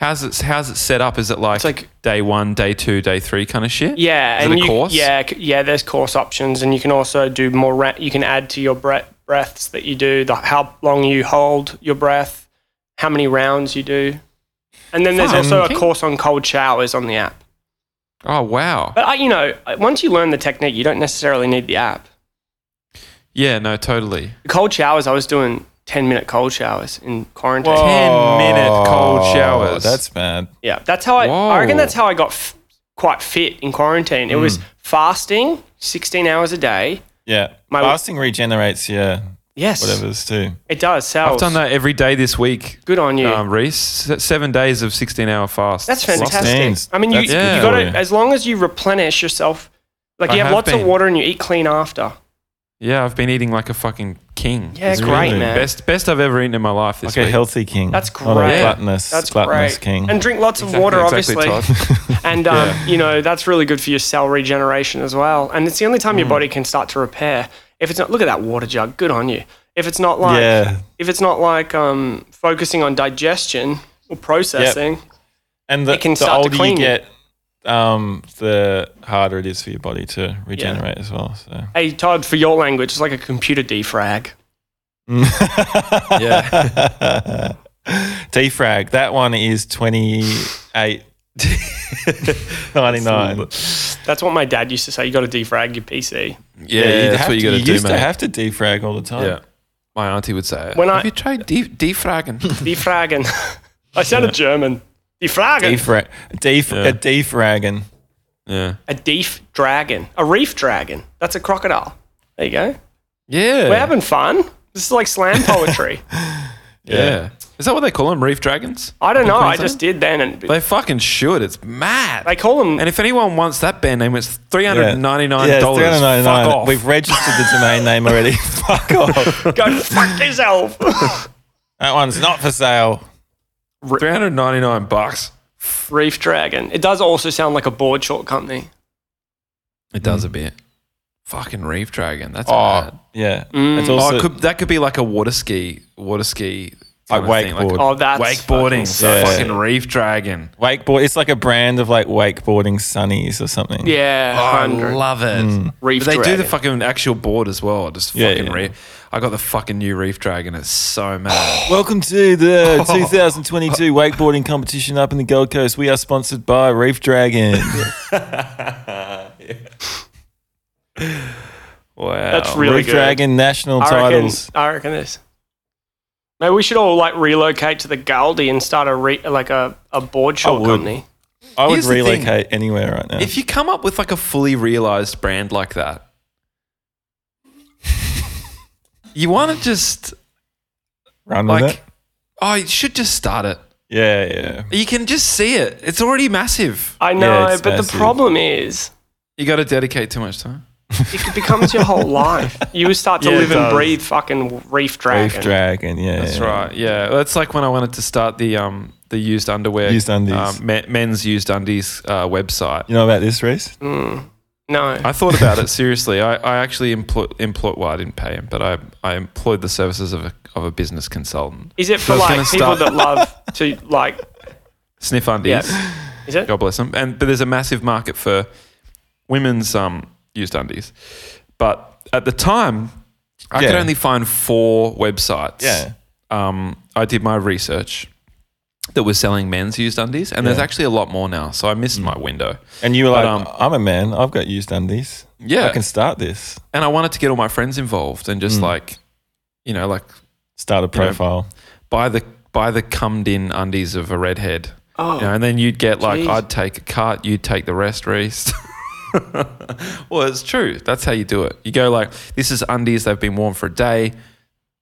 Speaker 1: How's it How's it set up? Is it like,
Speaker 3: It's like-
Speaker 1: day one, day two, day three kind of shit?
Speaker 3: Yeah,
Speaker 1: Is
Speaker 3: and
Speaker 1: it a
Speaker 3: you,
Speaker 1: course?
Speaker 3: Yeah, c- yeah. There's course options, and you can also do more. Ra- you can add to your bre- breaths that you do, the how long you hold your breath, how many rounds you do, and then there's also a
Speaker 1: Fucking-
Speaker 3: course on cold showers on the app.
Speaker 1: Oh wow.
Speaker 3: But uh, you know, uh, once you learn the technique, you don't necessarily need the app.
Speaker 1: Yeah. No. Totally.
Speaker 3: The cold showers, I was doing ten minute cold showers in quarantine.
Speaker 4: Whoa.
Speaker 1: Ten minute cold showers.
Speaker 4: Oh, That's bad.
Speaker 3: Yeah, that's how I. I reckon
Speaker 1: Whoa. Mm.
Speaker 3: that's how I got f- quite fit in quarantine. It was fasting, sixteen hours a day.
Speaker 4: Yeah,
Speaker 3: My-
Speaker 4: fasting regenerates. Yeah,
Speaker 3: Yes,
Speaker 4: whatever's too.
Speaker 3: it does. Cells.
Speaker 1: I've done that every day this week.
Speaker 3: Good on you.
Speaker 1: um, Reese. S- Seven days of 16 hour fast.
Speaker 3: That's
Speaker 4: Lots of
Speaker 3: fantastic.
Speaker 4: things.
Speaker 3: I mean, you,
Speaker 1: That's good
Speaker 3: you
Speaker 1: for
Speaker 3: got to,
Speaker 4: you.
Speaker 3: as long as you replenish yourself, like
Speaker 1: I
Speaker 3: you have,
Speaker 1: have
Speaker 3: lots of
Speaker 1: been.
Speaker 3: water and you eat clean after.
Speaker 1: Yeah, I've been eating like a fucking king.
Speaker 3: Yeah,
Speaker 1: It's
Speaker 3: great,
Speaker 1: been
Speaker 3: man.
Speaker 1: Best, best I've ever eaten in my life this
Speaker 4: Like a
Speaker 1: week.
Speaker 4: healthy king.
Speaker 3: That's
Speaker 4: Not a
Speaker 3: great.
Speaker 4: gluttonous,
Speaker 3: That's
Speaker 4: gluttonous
Speaker 3: great.
Speaker 4: king.
Speaker 3: And drink lots of water,
Speaker 1: Exactly,
Speaker 3: obviously. and, um, you know, that's really good for your cell regeneration as well. And it's the only time
Speaker 1: Mm.
Speaker 3: your body can start to repair. If it's not, look at that water jug. Good on you. If it's not like,
Speaker 4: Yeah.
Speaker 3: if it's not like um, focusing on digestion or processing,
Speaker 4: And the,
Speaker 3: It can
Speaker 4: the
Speaker 3: start to
Speaker 4: older
Speaker 3: clean
Speaker 4: you
Speaker 3: you.
Speaker 4: get, um, the harder it is for your body to regenerate as well. So
Speaker 3: hey, Todd, for your language, it's like a computer defrag.
Speaker 1: Yeah.
Speaker 4: defrag that one is twenty eight ninety nine.
Speaker 3: That's what my dad used to say. You got to defrag your PC.
Speaker 1: Yeah, that's what you got
Speaker 4: to
Speaker 1: to do,
Speaker 4: used
Speaker 1: mate.
Speaker 4: to have to defrag all the time.
Speaker 1: yeah. My auntie would say it.
Speaker 3: When
Speaker 1: have
Speaker 3: I-
Speaker 1: you tried de- defragging?
Speaker 3: Defragging. I sounded German. Defragging.
Speaker 4: Defra- def-
Speaker 1: Yeah.
Speaker 4: A defragging.
Speaker 1: Yeah.
Speaker 3: a deef dragon. A reef dragon. That's a crocodile. There you go.
Speaker 1: Yeah.
Speaker 3: We're having fun. This is like slam poetry.
Speaker 1: yeah. Is that what they call them? Reef dragons?
Speaker 3: I don't know. I
Speaker 1: Queensland?
Speaker 3: just did then. And
Speaker 1: They fucking should. It's mad.
Speaker 3: they call them.
Speaker 1: and if anyone wants that band name, it's three hundred and ninety nine
Speaker 4: Yeah, it's
Speaker 1: dollars.
Speaker 4: $399.
Speaker 1: Fuck off.
Speaker 4: We've registered the domain name already. Fuck off.
Speaker 3: go fuck yourself.
Speaker 4: That one's not for sale.
Speaker 1: three hundred ninety nine bucks.
Speaker 3: reef dragon. It does also sound like a board short company.
Speaker 1: It
Speaker 4: Mm.
Speaker 1: does a bit. Fucking reef dragon. That's
Speaker 4: Oh,
Speaker 1: bad.
Speaker 4: yeah.
Speaker 3: Mm.
Speaker 4: It's
Speaker 1: Oh,
Speaker 4: also
Speaker 1: it could, that could be like a water ski, water ski, kind
Speaker 4: Like
Speaker 1: of
Speaker 4: wakeboard.
Speaker 1: thing,
Speaker 3: Oh, that's
Speaker 1: wakeboarding.
Speaker 3: fucking
Speaker 4: sick.
Speaker 1: Fucking reef dragon.
Speaker 4: wakeboard. It's like a brand of like wakeboarding sunnies or something.
Speaker 3: Yeah,
Speaker 1: Oh, I
Speaker 3: 100.
Speaker 1: love it.
Speaker 3: Reef
Speaker 1: But they do
Speaker 3: dragon.
Speaker 1: the fucking actual board as well. Just
Speaker 4: Mm. Yeah,
Speaker 1: fucking
Speaker 4: yeah.
Speaker 1: reef. I got the fucking new reef dragon. It's so mad.
Speaker 4: Welcome to the 2022 wakeboarding competition up in the Gold Coast. We are sponsored by Reef Dragon.
Speaker 1: wow.
Speaker 3: That's really
Speaker 4: Reef
Speaker 3: good.
Speaker 4: Dragon national
Speaker 3: I reckon.
Speaker 4: titles.
Speaker 3: I reckon this. Maybe we should all like relocate to the Goldie and start a re- like a, a board short
Speaker 4: would.
Speaker 3: company.
Speaker 4: I would
Speaker 1: Here's the thing.
Speaker 4: relocate anywhere right now.
Speaker 1: If you come up with like a fully realized brand like that, you want to just
Speaker 4: Run with
Speaker 1: like,
Speaker 4: it.
Speaker 1: oh, you should just start it.
Speaker 4: Yeah, yeah.
Speaker 1: You can just see it. It's already massive.
Speaker 3: I know,
Speaker 4: it's
Speaker 3: but the
Speaker 4: massive.
Speaker 3: problem is
Speaker 1: You got to dedicate too much time.
Speaker 3: it becomes your whole life. You would start to
Speaker 4: Yeah, it
Speaker 3: live and
Speaker 4: does.
Speaker 3: breathe fucking reef dragon.
Speaker 4: Reef Dragon. Yeah,
Speaker 1: That's right. Yeah, that's like when I wanted to start the um the used underwear,
Speaker 4: Used undies.
Speaker 1: um, me- men's used undies uh, website.
Speaker 4: You know about this race?
Speaker 1: Mm.
Speaker 3: No,
Speaker 1: I thought about it seriously. I, I actually employed employ, well, I didn't pay him, but I, I employed the services of a, of a business consultant.
Speaker 3: is it for
Speaker 1: I was
Speaker 3: like
Speaker 1: gonna
Speaker 3: people
Speaker 1: start-
Speaker 3: that love to like?
Speaker 1: Sniff undies.
Speaker 3: Is it?
Speaker 1: God bless him. And but there's a massive market for women's um, used undies. But at the time, I could
Speaker 4: Yeah.
Speaker 1: only find four websites.
Speaker 4: Yeah.
Speaker 1: Um, I did my research that was selling men's used undies, and there's
Speaker 4: Yeah.
Speaker 1: actually a lot more now. So I
Speaker 3: Mm.
Speaker 1: missed my window.
Speaker 4: And you were like,
Speaker 1: But, um,
Speaker 4: I'm a man. I've got used undies.
Speaker 1: Yeah.
Speaker 4: I can start this.
Speaker 1: and I wanted to get all my friends involved and
Speaker 3: Mm.
Speaker 1: just like, you know, like
Speaker 4: Start a profile.
Speaker 1: buy the buy the cummed in undies of a redhead. Oh, and then you'd get like
Speaker 3: Jeez.
Speaker 1: I'd take a cart, you'd take the rest, Reese. well, it's true. That's how you do it. You go like, this is undies. They've been worn for a day.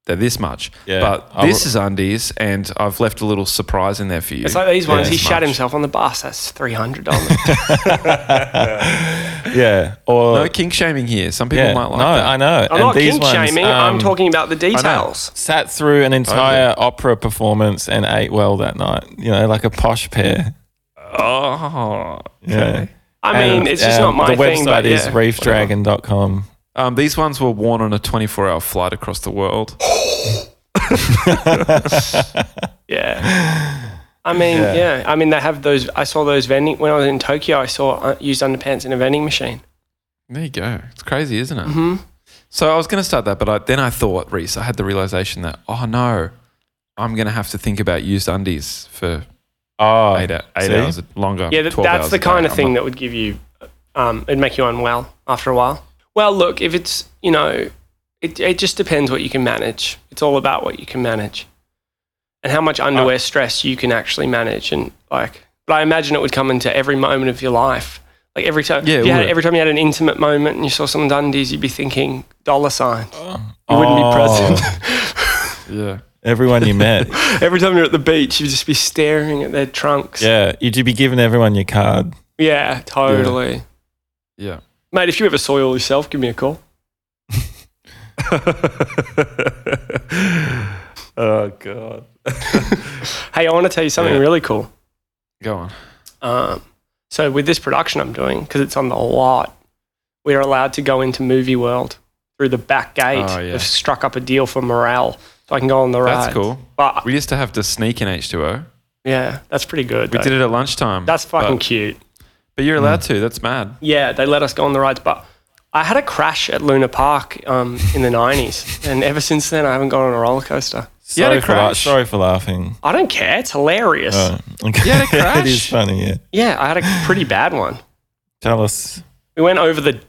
Speaker 1: They're this much.
Speaker 4: Yeah.
Speaker 1: But
Speaker 4: I
Speaker 1: this
Speaker 4: will-
Speaker 1: is undies, and I've left a little surprise in there for you.
Speaker 3: It's like these ones.
Speaker 1: Yeah.
Speaker 3: he
Speaker 1: Much.
Speaker 3: shat himself on the bus. That's three hundred dollars.
Speaker 4: Yeah. Or
Speaker 1: no kink shaming here. Some people
Speaker 4: yeah.
Speaker 1: might like
Speaker 4: no,
Speaker 1: that.
Speaker 4: I know.
Speaker 3: I'm
Speaker 4: and
Speaker 3: not
Speaker 4: these
Speaker 3: kink
Speaker 4: ones,
Speaker 3: shaming. I'm
Speaker 4: um,
Speaker 3: talking about the details.
Speaker 4: Sat through an entire opera performance and ate well that night. You know, like a posh pair.
Speaker 1: Oh,
Speaker 4: Yeah.
Speaker 3: I mean,
Speaker 4: And,
Speaker 3: it's just
Speaker 4: um,
Speaker 3: not my
Speaker 4: The
Speaker 3: thing.
Speaker 4: website
Speaker 3: But
Speaker 4: is
Speaker 3: yeah.
Speaker 4: reefdragon.com.
Speaker 1: Um, these ones were worn on a 24 hour flight across the world.
Speaker 3: yeah. I mean, yeah. I mean, they have those. I saw those vending when I was in Tokyo. I saw uh, used underpants in a vending machine.
Speaker 1: There you go. It's crazy, isn't it?
Speaker 4: Mm-hmm.
Speaker 1: So I was going to start that, but I, then I thought, Reese, I had the realization that, oh no, I'm going to have to think about used undies for
Speaker 4: Oh,
Speaker 1: eight, hou- eight
Speaker 4: see?
Speaker 1: hours longer.
Speaker 3: Yeah, that,
Speaker 1: 12
Speaker 3: that's
Speaker 1: hours
Speaker 3: the
Speaker 1: a day.
Speaker 3: kind of
Speaker 1: I'm
Speaker 3: thing
Speaker 1: not-
Speaker 3: that would give you. Um, it'd make you unwell after a while. Well, look, if it's you know, it it just depends what you can manage. It's all about what you can manage, and how much underwear
Speaker 1: Uh,
Speaker 3: stress you can actually manage, and like. But I imagine it would come into every moment of your life. Like every time,
Speaker 1: Yeah,
Speaker 3: if
Speaker 1: it
Speaker 3: you had,
Speaker 1: would.
Speaker 3: every time you had an intimate moment and you saw someone's undies, you'd be thinking dollar sign.
Speaker 1: Oh.
Speaker 4: You
Speaker 3: wouldn't be present.
Speaker 1: yeah.
Speaker 4: Oh. Everyone you met.
Speaker 3: Every time you're at the beach, you'd just be staring at their trunks.
Speaker 4: Yeah. You'd be giving everyone your card.
Speaker 3: Yeah, totally.
Speaker 1: Yeah.
Speaker 3: Mate, if you ever soil yourself, give me a call.
Speaker 1: oh, God.
Speaker 3: Hey, I want to tell you something
Speaker 1: Yeah.
Speaker 3: really cool.
Speaker 1: Go on.
Speaker 3: Um, so with this production I'm doing, because it's on the lot, we are allowed to go into movie world through the back gate.
Speaker 1: Oh, yeah.
Speaker 3: They've struck up a deal for morale, so I can go on the ride.
Speaker 1: That's cool.
Speaker 3: But
Speaker 1: We used to have to sneak in H2O.
Speaker 3: yeah, that's pretty good.
Speaker 1: We
Speaker 3: though.
Speaker 1: did it at lunchtime.
Speaker 3: that's fucking
Speaker 1: But,
Speaker 3: cute.
Speaker 1: but you're allowed
Speaker 4: Mm.
Speaker 1: to. That's mad.
Speaker 3: Yeah, they let us go on the rides, but I had a crash at Luna Park um, in the 90s, and ever since then I haven't gone on a roller coaster.
Speaker 1: You had
Speaker 4: Sorry,
Speaker 1: a
Speaker 4: for, la-
Speaker 1: crash.
Speaker 4: sorry for laughing.
Speaker 3: I don't care. It's hilarious.
Speaker 4: Oh, okay.
Speaker 1: You had a
Speaker 4: it is
Speaker 1: crash.
Speaker 4: funny. Yeah.
Speaker 3: Yeah, I had a pretty bad one.
Speaker 4: Tell us.
Speaker 3: We went over the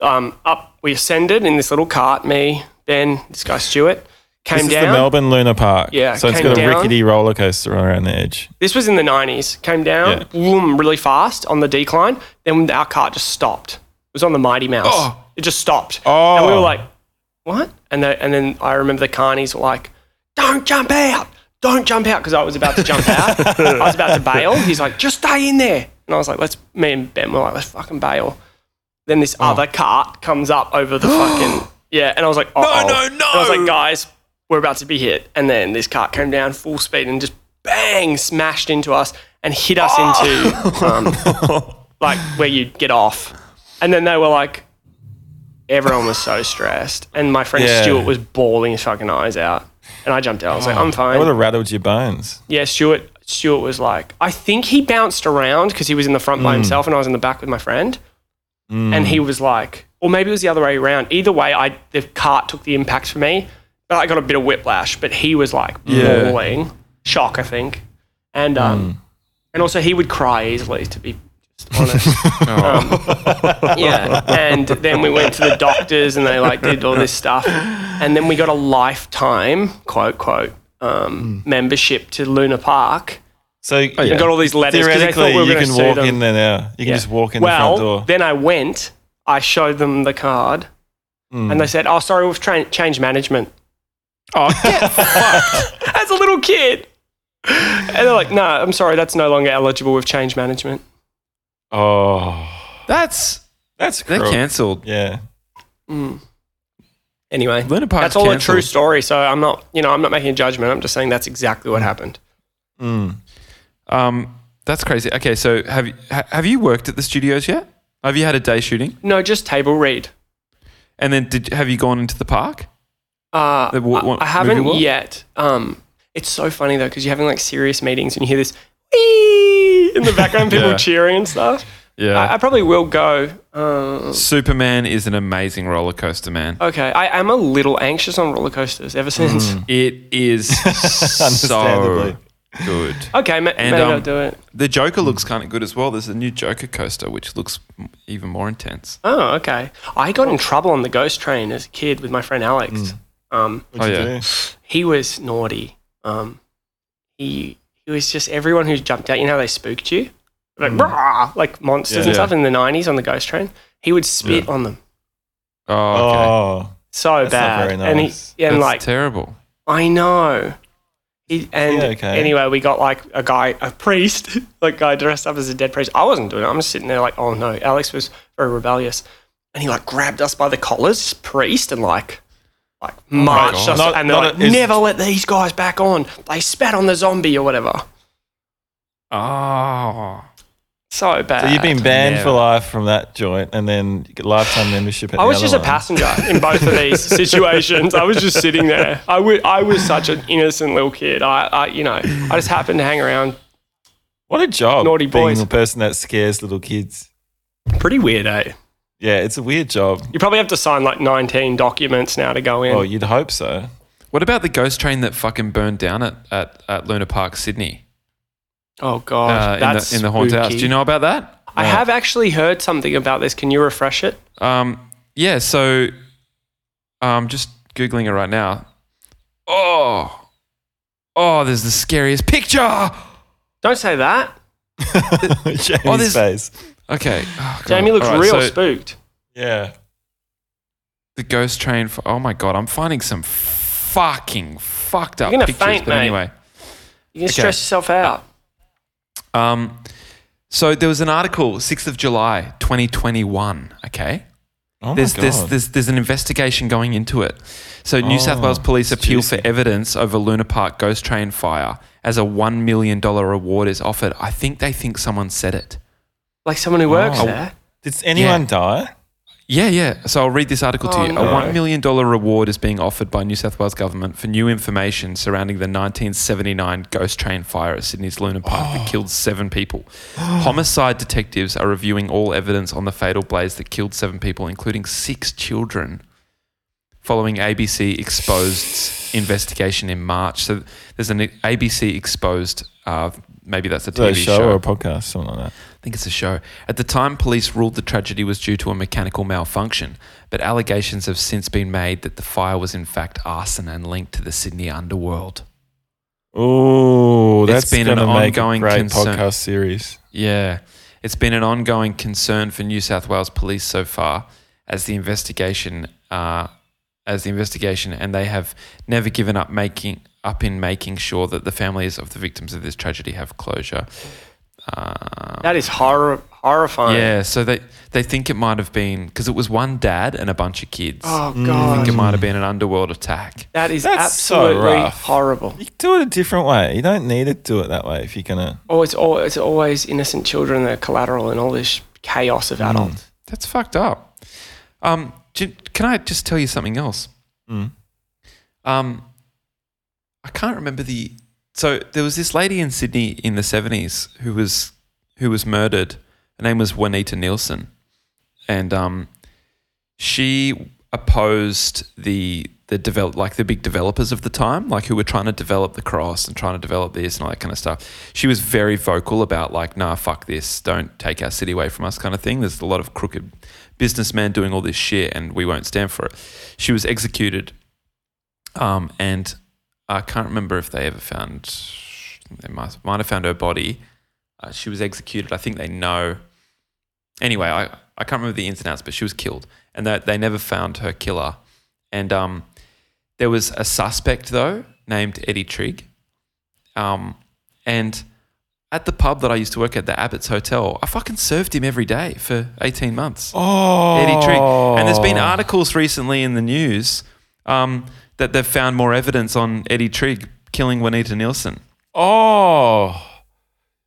Speaker 3: um, up. We ascended in this little cart. Me, Ben, this guy Stuart, came
Speaker 4: this
Speaker 3: down.
Speaker 4: is the Melbourne Lunar Park.
Speaker 3: Yeah,
Speaker 4: So it's
Speaker 3: came
Speaker 4: got
Speaker 3: down.
Speaker 4: a rickety roller coaster around the edge.
Speaker 3: This was in the 90s. Came down,
Speaker 4: Yeah.
Speaker 3: vroom, really fast on the decline. Then our cart just stopped. It was on the Mighty Mouse.
Speaker 1: Oh.
Speaker 3: It just stopped.
Speaker 4: Oh.
Speaker 3: And we were like, what? And, they, and then I remember the carnies were like, don't jump out. Don't jump out. Because I was about to jump out. I was about to bail. He's like, just stay in there. And I was like, let's, me and Ben were like, let's fucking bail. Then this
Speaker 1: Oh.
Speaker 3: other cart comes up over the fucking, yeah. And I was like, oh,
Speaker 1: no,
Speaker 3: And I was
Speaker 1: no.
Speaker 3: like, guys, we're about to be hit. And then this cart came down full speed and just bang, smashed into us and hit us into um,
Speaker 4: Oh.
Speaker 3: like where you get off. And then they were like, everyone was so stressed. And my friend
Speaker 4: Yeah. Oh.
Speaker 3: Stuart was bawling his fucking eyes out. And I jumped out. I was like, I'm
Speaker 4: That would
Speaker 3: fine.
Speaker 4: have rattled your bones.
Speaker 3: yeah, Stuart. Stuart was like, I think he bounced around because he was in the front by himself and I was in the back with my friend. And he was like, or maybe it was the other way around. Either way, I the cart took the impact for me, but I got a bit of whiplash. But he was like
Speaker 4: Yeah.
Speaker 3: bawling, shock, I think, and um, and also he would cry easily. To be just honest, Um, yeah. And then we went to the doctors and they like did all this stuff. And then we got a lifetime, quote, quote, um,
Speaker 4: Hmm.
Speaker 3: membership to Luna Park.
Speaker 4: So
Speaker 3: I Oh, got all these letters 'cause they thought
Speaker 4: theoretically,
Speaker 3: we were
Speaker 4: you
Speaker 3: gonna
Speaker 4: can
Speaker 3: sue
Speaker 4: walk
Speaker 3: them.
Speaker 4: in there now. You can just walk in
Speaker 3: well,
Speaker 4: the front door.
Speaker 3: then I went, I showed them the card
Speaker 4: Hmm.
Speaker 3: and they said, oh, sorry, we've tra- changed management.
Speaker 1: Oh, get
Speaker 3: As a little kid. And they're like, no, I'm sorry, that's no longer eligible. We've changed management.
Speaker 4: oh,
Speaker 1: That's
Speaker 4: that's
Speaker 1: they're
Speaker 4: cruel.
Speaker 1: cancelled.
Speaker 4: Yeah.
Speaker 3: Anyway,
Speaker 1: Luna Park's
Speaker 3: that's all a true
Speaker 1: cancelled.
Speaker 3: story. So I'm not, you know, I'm not making a judgment. I'm just saying that's exactly
Speaker 4: Hmm.
Speaker 3: what happened.
Speaker 4: Mm.
Speaker 1: Um, that's crazy. Okay, so have you ha- have you worked at the studios yet? Have you had a day shooting?
Speaker 3: No, just table read.
Speaker 1: And then did have you gone into the park?
Speaker 3: Uh,
Speaker 1: The wa- wa-
Speaker 3: I, I
Speaker 1: movie
Speaker 3: haven't
Speaker 1: world?
Speaker 3: yet. Um, it's so funny though because you're having like serious meetings and you hear this "Wee!" in the background, people
Speaker 1: Yeah.
Speaker 3: cheering and stuff.
Speaker 1: Yeah.
Speaker 3: I, I probably will go. Uh,
Speaker 1: Superman is an amazing roller coaster, man.
Speaker 3: okay, I am a little anxious on roller coasters ever since.
Speaker 1: It is so
Speaker 4: Understandably.
Speaker 1: good.
Speaker 3: Okay, ma-
Speaker 1: And,
Speaker 3: maybe
Speaker 1: um,
Speaker 3: I'll do it.
Speaker 1: The Joker looks kind of good as well. There's a new Joker coaster which looks m- even more intense.
Speaker 3: Oh, okay. I got in trouble on the ghost train as a kid with my friend Alex. Um,
Speaker 1: oh yeah.
Speaker 3: he was naughty. Um, he he was just everyone who jumped out. You know how they spooked you, like "Rah!" like monsters
Speaker 4: Yeah.
Speaker 3: and
Speaker 4: Yeah.
Speaker 3: stuff in the nineties on the Ghost Train. He would spit on them
Speaker 1: Oh, okay.
Speaker 4: Oh,
Speaker 3: so
Speaker 4: That's not
Speaker 3: bad,
Speaker 4: very
Speaker 3: and
Speaker 4: nice.
Speaker 3: he and
Speaker 1: That's
Speaker 3: like
Speaker 1: terrible.
Speaker 3: I know. He, and
Speaker 4: Yeah, okay.
Speaker 3: anyway, we got like a guy, a priest, like guy dressed up as a dead priest. I wasn't doing it. I'm just sitting there like, oh no. Alex was very rebellious, and he like grabbed us by the collars, this priest, and like, like marched
Speaker 1: God.
Speaker 3: us.
Speaker 4: Oh Not-
Speaker 3: and they're
Speaker 4: not
Speaker 3: like,
Speaker 4: a- is-
Speaker 3: never let these guys back on. They spat on the zombie or whatever.
Speaker 1: Oh.
Speaker 3: So bad.
Speaker 4: so you've been banned
Speaker 1: Yeah.
Speaker 4: for life from that joint, and then you get lifetime membership. At
Speaker 3: I
Speaker 4: the
Speaker 3: was
Speaker 4: other
Speaker 3: just a
Speaker 4: one.
Speaker 3: passenger in both of these situations. I was just sitting there. I wa- I was such an innocent little kid. I, I, you know, I just happened to hang around.
Speaker 4: What a job!
Speaker 3: Naughty
Speaker 4: being
Speaker 3: boys.
Speaker 4: the person that scares little kids.
Speaker 3: Pretty weird, eh?
Speaker 4: Yeah, it's a weird job.
Speaker 3: You probably have to sign like 19 documents now to go in.
Speaker 1: Oh,
Speaker 4: Well, you'd hope so.
Speaker 1: What about the ghost train that fucking burned down at, at, at Luna Park, Sydney?
Speaker 3: oh god,
Speaker 1: Uh, in,
Speaker 3: that's
Speaker 1: the, in the haunted house.
Speaker 3: spooky.
Speaker 1: Do you know about that?
Speaker 3: I have actually heard something about this. Can you refresh it?
Speaker 1: Um, yeah, so um, just Googling it right now. Oh. Oh, there's the scariest picture.
Speaker 3: Don't say that.
Speaker 1: there's-
Speaker 4: Jamie's face.
Speaker 1: Okay. Oh, God.
Speaker 3: Jamie looks
Speaker 1: All right,
Speaker 3: real
Speaker 1: so
Speaker 3: spooked.
Speaker 4: Yeah.
Speaker 1: the ghost train. For, oh my god, I'm finding some fucking fucked up
Speaker 3: You're gonna
Speaker 1: pictures.
Speaker 3: faint,
Speaker 1: but
Speaker 3: mate.
Speaker 1: anyway,
Speaker 3: You can stress yourself out.
Speaker 1: um, so there was an article, sixth of July, 2021. Okay.
Speaker 4: Oh
Speaker 1: there's,
Speaker 4: my
Speaker 1: there's,
Speaker 4: God. Oh,
Speaker 1: there's, there's an investigation going into it. So, New South Wales police appeal for evidence over Luna Park ghost train fire as a $1 million reward is offered. I think they think someone said it.
Speaker 3: Like someone who works
Speaker 4: Oh.
Speaker 3: there.
Speaker 4: Did anyone die?
Speaker 1: Yeah, yeah. So I'll read this article to
Speaker 3: Oh,
Speaker 1: you.
Speaker 3: no.
Speaker 1: A $1 million reward is being offered by New South Wales government for new information surrounding the 1979 ghost train fire at Sydney's Luna Park
Speaker 4: Oh.
Speaker 1: that killed seven people. Homicide detectives are reviewing all evidence on the fatal blaze that killed seven people, including six children, following ABC Exposed's investigation in March. So there's an ABC Exposed, uh, maybe that's a
Speaker 4: Is
Speaker 1: TV
Speaker 4: that a show,
Speaker 1: show.
Speaker 4: or a podcast, something like that.
Speaker 1: think it's a show. At the time, police ruled the tragedy was due to a mechanical malfunction, but allegations have since been made that the fire was in fact arson and linked to the Sydney underworld.
Speaker 4: Oh,
Speaker 1: It's
Speaker 4: that's
Speaker 1: been an
Speaker 4: gonna make
Speaker 1: ongoing
Speaker 4: a great
Speaker 1: concern.
Speaker 4: podcast series.
Speaker 1: Yeah. It's been an ongoing concern for New South Wales police so far as the investigation uh, as the investigation and they have never given up making up in making sure that the families of the victims of this tragedy have closure. Uh,
Speaker 3: That is horror, horrifying.
Speaker 1: yeah, so they, they think it might have been because it was one dad and a bunch of kids.
Speaker 3: Oh
Speaker 1: I
Speaker 3: god,
Speaker 1: think it might have been an underworld attack.
Speaker 3: that is
Speaker 4: That's so
Speaker 3: absolutely
Speaker 4: rough.
Speaker 3: horrible.
Speaker 4: You can do it a different way. You don't need to do it that way if you're gonna.
Speaker 3: Oh, it's all, it's always innocent children that are collateral in all this chaos
Speaker 1: Mm.
Speaker 3: of adults.
Speaker 1: That's fucked up. Um, j- can I just tell you something else?
Speaker 4: Mm.
Speaker 1: Um, I can't remember the. So there was this lady in Sydney in the seventies who was who was murdered. Her name was Juanita Nielsen, and um, she opposed the the develop like the big developers of the time, like who were trying to develop the cross and trying to develop this and all that kind of stuff. She was very vocal about like, nah, fuck this, don't take our city away from us, kind of thing. There's a lot of crooked businessmen doing all this shit, and we won't stand for it. She was executed um, and I can't remember if they ever found. They might might have found her body. Uh, she was executed. I think they know. Anyway, I, I can't remember the ins and outs, but she was killed, and that they never found her killer. And um, there was a suspect though named Eddie Trigg, um, and at the pub that I used to work at, the Abbott's Hotel, I fucking served him every day for eighteen months.
Speaker 4: Oh,
Speaker 1: Eddie Trigg. And there's been articles recently in the news um, that they've found more evidence on Eddie Trigg killing Juanita Nielsen.
Speaker 4: Oh,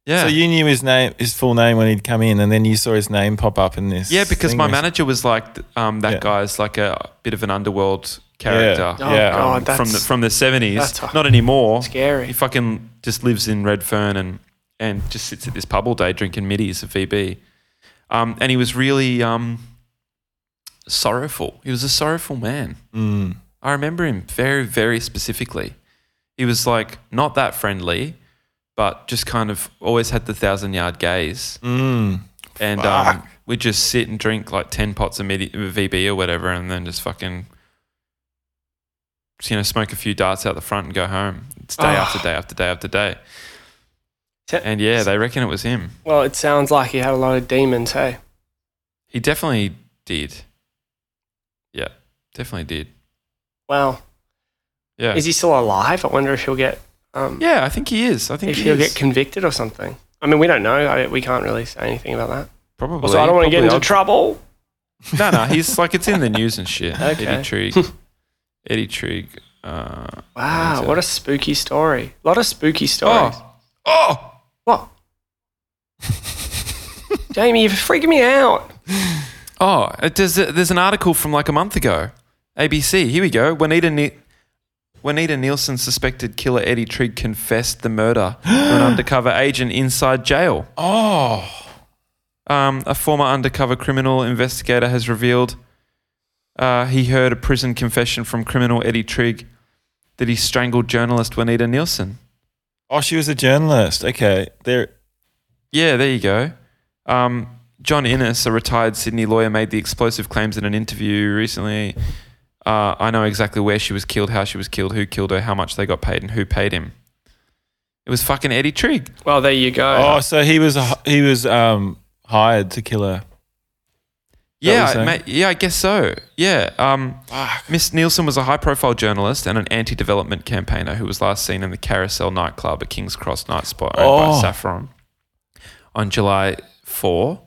Speaker 1: Yeah.
Speaker 4: so you knew his name, his full name when he'd come in, and then you saw his name pop up in this.
Speaker 1: yeah, because
Speaker 4: thing
Speaker 1: my
Speaker 4: recently.
Speaker 1: manager was like, th- um, that
Speaker 4: Yeah.
Speaker 1: guy's like a bit of an underworld character
Speaker 4: Yeah. Yeah.
Speaker 1: um,
Speaker 3: Oh, that's-
Speaker 1: from the from the 70s.
Speaker 3: that's
Speaker 1: Not anymore.
Speaker 3: scary.
Speaker 1: He fucking just lives in Redfern and, and just sits at this pub all day drinking middies of VB. Um, and he was really um, sorrowful. He was a sorrowful man.
Speaker 4: Mm.
Speaker 1: I remember him very, very specifically. He was like not that friendly, but just kind of always had the thousand yard gaze.
Speaker 4: Mm.
Speaker 1: And um, we'd just sit and drink like 10 pots of midi- VB or whatever and then just fucking, you know, smoke a few darts out the front and go home. It's day
Speaker 3: Ah.
Speaker 1: after day after day after day.
Speaker 3: Te-
Speaker 1: And yeah, they reckon it was him.
Speaker 3: Well, it sounds like he had a lot of demons. Hey,
Speaker 1: He definitely did. Yeah, definitely did.
Speaker 3: wow.
Speaker 1: Yeah.
Speaker 3: Is he still alive? I wonder if he'll get um,
Speaker 1: yeah, I think he is. I think
Speaker 3: if
Speaker 1: he
Speaker 3: he'll
Speaker 1: is.
Speaker 3: get convicted or something. I mean, we don't know. I, we can't really say anything about that.
Speaker 1: probably.
Speaker 3: Also, I don't want to get
Speaker 1: probably
Speaker 3: into
Speaker 1: I'll-
Speaker 3: trouble.
Speaker 1: No, no, he's like it's in the news and shit.
Speaker 3: Okay.
Speaker 1: Eddie Trigg. Eddie Trigg. Uh,
Speaker 3: Wow,
Speaker 1: Amazing.
Speaker 3: what a spooky story. A lot of spooky stories.
Speaker 1: oh, oh,
Speaker 3: What? Jamie, you're freaking me out.
Speaker 1: oh! It does, there's an article from like a month ago. ABC. Here we go. Juanita Ni- Juanita Nielsen suspected killer Eddie Trigg confessed the murder to an undercover agent inside jail.
Speaker 4: Oh,
Speaker 1: Um, a former undercover criminal investigator has revealed uh, he heard a prison confession from criminal Eddie Trigg that he strangled journalist Juanita Nielsen.
Speaker 4: oh, she was a journalist. Okay, there.
Speaker 1: Yeah, there you go. Um, John Innes, a retired Sydney lawyer, made the explosive claims in an interview recently. Uh, I know exactly where she was killed, how she was killed, who killed her, how much they got paid, and who paid him. It was fucking Eddie Trigg.
Speaker 3: Well, there you go.
Speaker 4: Oh, so he was he was um hired to kill her.
Speaker 1: Yeah,
Speaker 4: what you're
Speaker 1: mate, yeah, I guess so. Yeah. Um, Miss Nielsen was a high profile journalist and an anti development campaigner who was last seen in the Carousel nightclub at King's Cross Night Spot owned by
Speaker 4: Oh.
Speaker 1: Saffron on July 4.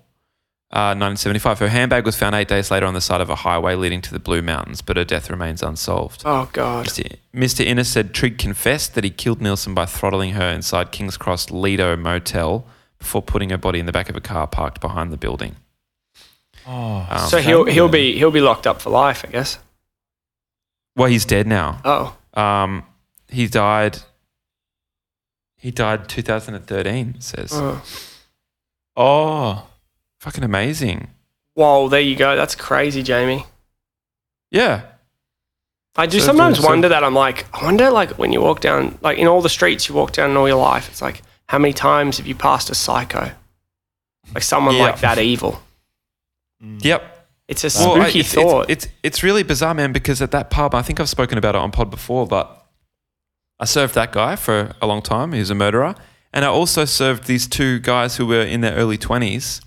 Speaker 1: Uh, 1975. Her handbag was found eight days later on the side of a highway leading to the Blue Mountains, but her death remains unsolved.
Speaker 3: Oh, God.
Speaker 1: Mr. Mr. Innes said Trigg confessed that he killed Nielsen by throttling her inside King's Cross Lido Motel before putting her body in the back of a car parked behind the building.
Speaker 4: Oh,
Speaker 1: Um,
Speaker 3: So he'll, he'll, be, he'll be locked up for life, I guess.
Speaker 1: Well, he's dead now.
Speaker 3: Oh,
Speaker 1: Um, he died. He died 2013. It says
Speaker 3: oh.
Speaker 4: oh,
Speaker 1: fucking amazing.
Speaker 3: Whoa, there you go. That's crazy, Jamie.
Speaker 1: Yeah,
Speaker 3: I do
Speaker 1: So-
Speaker 3: sometimes
Speaker 1: so- so-
Speaker 3: wonder that. I'm like, I wonder, like, when you walk down, like, in all the streets you walk down in all your life, it's like, how many times have you passed a psycho? like someone
Speaker 1: Yeah.
Speaker 3: like that evil.
Speaker 1: Yep.
Speaker 3: It's a
Speaker 1: Well,
Speaker 3: Hmm. spooky
Speaker 1: I- it's, it's-
Speaker 3: thought.
Speaker 1: It's, it's really bizarre, man. Because at that pub, I think I've spoken about it on pod before, but I served that guy for a long time. He was a murderer, and I also served these two guys who were in their early twenties.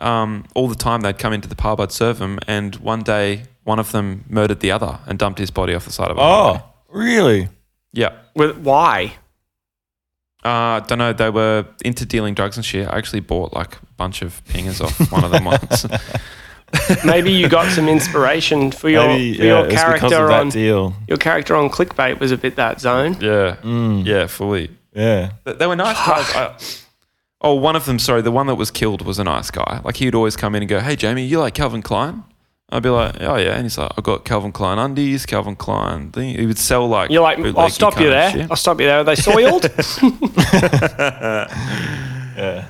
Speaker 1: Um, all the time they'd come into the pub, I'd serve them, and one day one of them murdered the other and dumped his body off the side of a highway.
Speaker 4: Oh, really?
Speaker 1: yeah.
Speaker 3: Well, why?
Speaker 1: Uh, don't know. They were into dealing drugs and shit. I actually bought like a bunch of pingers off one of them once.
Speaker 3: Maybe you got some inspiration for your for
Speaker 4: yeah,
Speaker 3: your
Speaker 4: it's because of
Speaker 3: character
Speaker 4: that
Speaker 3: on
Speaker 4: deal.
Speaker 3: your character on clickbait was a bit that zone.
Speaker 1: yeah, yeah, fully.
Speaker 4: Yeah.
Speaker 1: They- They were nice guys. I, oh, one of them, sorry, the one that was killed was a nice guy. Like he'd always come in and go, "Hey, Jamie, you like Calvin Klein?" I'd be like, "Oh yeah," and he's like, "I got Calvin Klein undies, Calvin Klein." Thing. He would sell like
Speaker 3: You're like, I'll
Speaker 1: bootleggy
Speaker 3: stop
Speaker 1: kind
Speaker 3: you
Speaker 1: of
Speaker 3: there.
Speaker 1: shit.
Speaker 3: I'll stop you there. Are they soiled?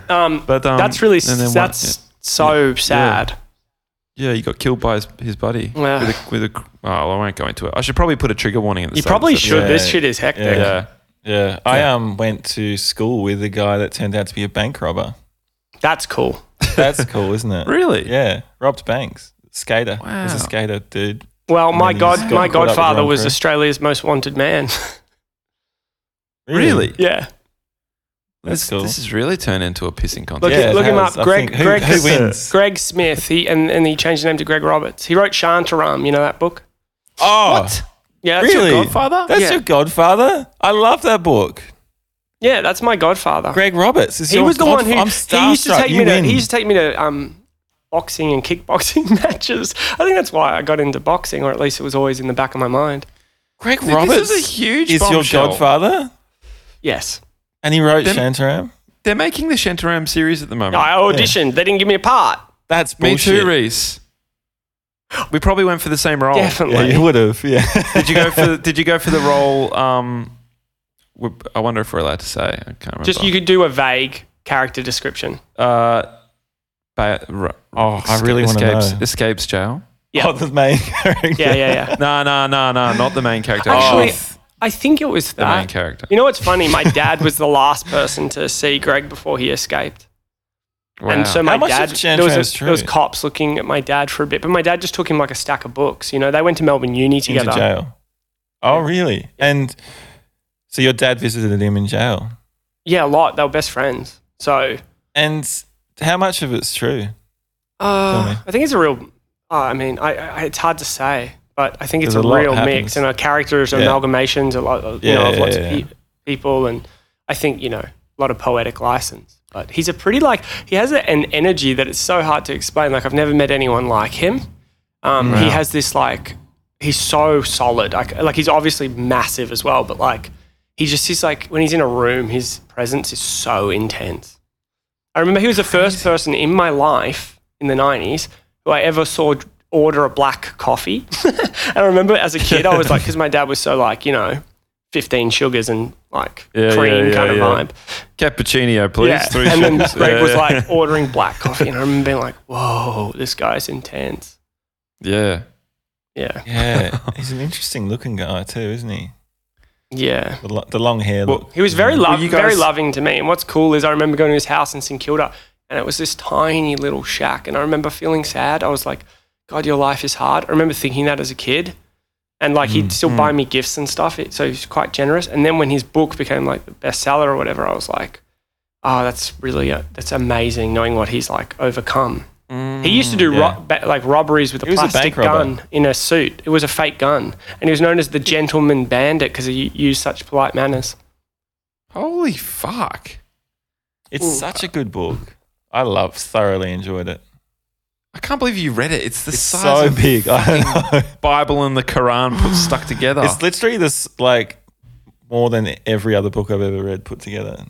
Speaker 3: Um,
Speaker 1: But um,
Speaker 3: that's really
Speaker 1: and then one-
Speaker 3: that's so sad.
Speaker 1: yeah, yeah, he got killed by his, his buddy
Speaker 3: Yeah.
Speaker 1: with a with a. Oh, I won't go into it. I should probably put a trigger warning at the
Speaker 3: You
Speaker 1: start of
Speaker 3: probably
Speaker 1: this
Speaker 3: should.
Speaker 1: episode.
Speaker 3: This shit is hectic.
Speaker 4: Yeah.
Speaker 1: Yeah.
Speaker 4: Yeah. I um went to school with a guy that turned out to be a bank robber.
Speaker 3: That's cool.
Speaker 4: That's cool, isn't it?
Speaker 1: Really?
Speaker 4: Yeah. Robbed banks. Skater. Wow. He's
Speaker 1: Wow.
Speaker 4: a skater, dude.
Speaker 3: Well,
Speaker 4: And
Speaker 3: my
Speaker 4: then he
Speaker 3: god,
Speaker 4: just got
Speaker 3: my
Speaker 4: caught up with
Speaker 3: godfather
Speaker 4: Ron
Speaker 3: was
Speaker 4: Perez.
Speaker 3: Australia's most wanted man.
Speaker 1: Really?
Speaker 3: yeah,
Speaker 1: This,
Speaker 4: That's cool.
Speaker 1: this has really turned into a pissing contest.
Speaker 3: look,
Speaker 4: Yeah, it
Speaker 3: look him
Speaker 4: has.
Speaker 3: up.
Speaker 4: I
Speaker 3: Greg,
Speaker 4: think- who-
Speaker 3: Greg,
Speaker 4: who wins?
Speaker 3: Greg Smith. He and, and he changed the name to Greg Roberts. He wrote Shantaram. You know that book?
Speaker 4: Oh,
Speaker 3: Yeah, that's your
Speaker 4: really?
Speaker 3: godfather.
Speaker 4: That's
Speaker 3: Yeah.
Speaker 4: your Godfather. I love that book.
Speaker 3: Yeah, that's my godfather.
Speaker 4: Greg Roberts. Is
Speaker 3: he
Speaker 4: your
Speaker 3: was the one who
Speaker 4: godf- I'm
Speaker 3: he used to
Speaker 4: starstruck.
Speaker 3: take
Speaker 4: You
Speaker 3: me
Speaker 4: win.
Speaker 3: to he used to take me to um, boxing and kickboxing matches. I think that's why I got into boxing, or at least it was always in the back of my mind.
Speaker 4: Greg
Speaker 1: Dude,
Speaker 4: Roberts
Speaker 1: This is a huge
Speaker 4: is your
Speaker 1: bombshell.
Speaker 4: Godfather,
Speaker 3: Yes,
Speaker 4: and he wrote
Speaker 1: Then-
Speaker 4: Shantaram.
Speaker 1: They're making the Shantaram series at the moment.
Speaker 3: I auditioned. They didn't give me a part.
Speaker 4: That's
Speaker 1: Me
Speaker 4: bullshit.
Speaker 1: too, Reese. We probably went for the same role.
Speaker 4: Yeah,
Speaker 3: Definitely.
Speaker 4: you would have. Yeah.
Speaker 1: Did you go for Did you go for the role? Um, w- I wonder if we're allowed to say. I can't remember.
Speaker 3: Just you could do a vague character description.
Speaker 1: Uh, ba- r-
Speaker 4: Oh, I really wanna
Speaker 1: escapes,
Speaker 4: know.
Speaker 1: Escapes jail.
Speaker 3: Yeah.
Speaker 4: Oh, the main character.
Speaker 3: Yeah, yeah, yeah.
Speaker 1: No, no, no, no. Not the main character.
Speaker 3: Actually,
Speaker 1: Both
Speaker 3: I think it was
Speaker 1: the main
Speaker 3: that.
Speaker 1: character.
Speaker 3: You know what's funny? My dad was the last person to see Greg before he escaped.
Speaker 1: Wow.
Speaker 3: And so my
Speaker 4: How much
Speaker 3: dad,
Speaker 4: of Jan
Speaker 3: there was,
Speaker 4: Tran's
Speaker 3: a, there was
Speaker 4: true?
Speaker 3: cops looking at my dad for a bit, but my dad just took him like a stack of books. You know, they went to Melbourne Uni
Speaker 4: Into
Speaker 3: together.
Speaker 4: jail. Oh, really? And so your dad visited him in jail.
Speaker 3: Yeah, a lot. They were best friends. So
Speaker 4: And how much of it's true?
Speaker 3: uh,
Speaker 4: me.
Speaker 3: I think it's a real. Uh, I mean, I, I, it's hard to say, but I think it's a,
Speaker 4: There's a lot
Speaker 3: real mix
Speaker 4: happens.
Speaker 3: and our characters are
Speaker 4: Yeah.
Speaker 3: amalgamations, a lot of, you
Speaker 4: Yeah,
Speaker 3: know, of
Speaker 4: yeah,
Speaker 3: lots
Speaker 4: yeah.
Speaker 3: of pe- people, and I think you know a lot of poetic license. But he's a pretty like he has a, an energy that it's so hard to explain. Like I've never met anyone like him. Um, He has this like he's so solid. Like like he's obviously massive as well, but like he just is like when he's in a room, his presence is so intense. I remember he was the first person in my life in the nineties who I ever saw d- order a black coffee. and I remember as a kid, I was like, because my dad was so like you know, fifteen sugars and like
Speaker 1: Yeah,
Speaker 3: cream
Speaker 1: yeah,
Speaker 3: kind
Speaker 1: yeah,
Speaker 3: of
Speaker 1: yeah.
Speaker 3: vibe.
Speaker 1: Cappuccino, please.
Speaker 3: Yeah.
Speaker 1: Three
Speaker 3: and then
Speaker 1: sugars.
Speaker 3: Greg
Speaker 1: Yeah,
Speaker 3: was
Speaker 1: yeah.
Speaker 3: like ordering black coffee, and I remember being like, whoa, this guy's intense.
Speaker 1: yeah.
Speaker 3: Yeah,
Speaker 4: Yeah. He's an interesting looking guy, too, isn't he?
Speaker 3: yeah.
Speaker 4: The, lo- the long hair.
Speaker 1: Well,
Speaker 4: look.
Speaker 3: He was very lov-
Speaker 1: you
Speaker 3: very
Speaker 1: guys-
Speaker 3: loving to me. And what's cool is I remember going to his house in St Kilda, and it was this tiny little shack. And I remember feeling sad. I was like, God, your life is hard. I remember thinking that as a kid, and like
Speaker 4: Mm,
Speaker 3: he'd still buy me gifts and stuff. It, so he's quite generous. And then when his book became like the bestseller or whatever, I was like, Oh, that's really uh that's amazing. Knowing what he's like overcome. He used to do
Speaker 4: Mm, yeah.
Speaker 3: ro- ba- like robberies with a
Speaker 4: He was a
Speaker 3: plastic
Speaker 4: bank robber.
Speaker 3: gun in a suit. It was a fake gun, and he was known as the gentleman bandit because he u- used such polite manners.
Speaker 1: Holy fuck!
Speaker 4: It's such a good book. I love, thoroughly enjoyed it.
Speaker 1: I can't believe you read it. It's the
Speaker 4: It's
Speaker 1: size
Speaker 4: so
Speaker 1: of
Speaker 4: big. I know.
Speaker 1: Bible and the Quran put stuck together.
Speaker 4: It's literally this like more than every other book I've ever read put together.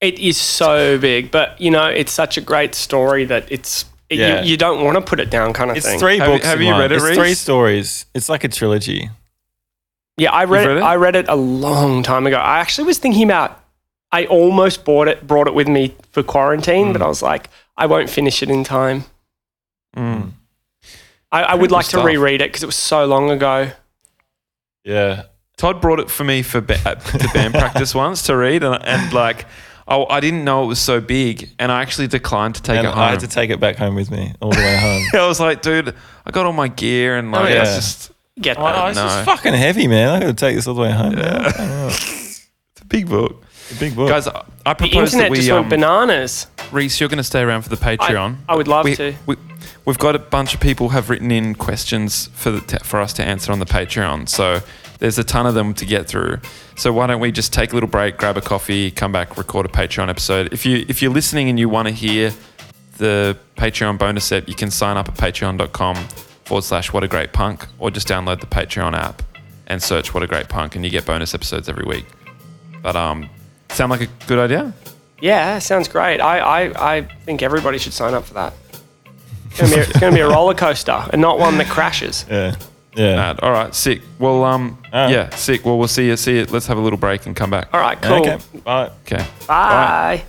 Speaker 3: It is so big, but you know, it's such a great story that it's it,
Speaker 4: Yeah.
Speaker 3: you, you don't want to put it down, kind of
Speaker 4: It's
Speaker 3: thing.
Speaker 4: three
Speaker 1: Have-
Speaker 4: books.
Speaker 1: have
Speaker 4: in
Speaker 1: you
Speaker 4: one.
Speaker 1: read it,
Speaker 4: It's three
Speaker 1: Reese?
Speaker 4: stories. It's like a trilogy.
Speaker 3: yeah, I read,
Speaker 1: You've
Speaker 3: it,
Speaker 1: read it?
Speaker 3: I read it a long time ago. I actually was thinking about. I almost bought it, brought it with me for quarantine, but I was like, I won't finish it in time.
Speaker 1: Mm.
Speaker 3: I, I would like
Speaker 1: stuff.
Speaker 3: to reread it because it was so long ago.
Speaker 4: Yeah.
Speaker 1: uh, Todd brought it for me for ba- to band practice once to read, and, and like I, I didn't know it was so big, and I actually declined to take
Speaker 4: and
Speaker 1: it home.
Speaker 4: I had to take it back home with me all the way home.
Speaker 1: I was like, dude, I got all my gear and like,
Speaker 4: Oh, yeah.
Speaker 1: it's just
Speaker 3: Get
Speaker 4: I'm like,
Speaker 3: that.
Speaker 4: oh, this
Speaker 1: no.
Speaker 4: is fucking heavy, man. I got to take this all the way home. man. Fucking hell.
Speaker 1: it's a big book.
Speaker 4: It's a big book.
Speaker 1: Guys, I I
Speaker 3: The
Speaker 1: propose that
Speaker 3: internet
Speaker 1: we,
Speaker 3: just
Speaker 1: um,
Speaker 3: went bananas.
Speaker 1: Reese, you're going to stay around for the Patreon.
Speaker 3: I would love
Speaker 1: we,
Speaker 3: to.
Speaker 1: We, we've got a bunch of people have written in questions for the te- for us to answer on the Patreon. So there's a ton of them to get through. So why don't we just take a little break, grab a coffee, come back, record a Patreon episode. If you if you're listening and you want to hear the Patreon bonus set, you can sign up at patreon.com forward slash what a great punk or just download the Patreon app and search what a great punk and you get bonus episodes every week. But um sound like a good idea?
Speaker 3: Yeah, sounds great. I, I, I think everybody should sign up for that. It's gonna, be a, it's gonna be a roller coaster and not one that crashes.
Speaker 4: yeah. Yeah.
Speaker 1: Mad. All right, sick. Well, um,
Speaker 4: All right.
Speaker 1: yeah, sick. Well, we'll see you. See you. Let's have a little break and come back.
Speaker 3: All right, cool.
Speaker 4: Okay. Bye.
Speaker 1: Okay.
Speaker 3: Bye.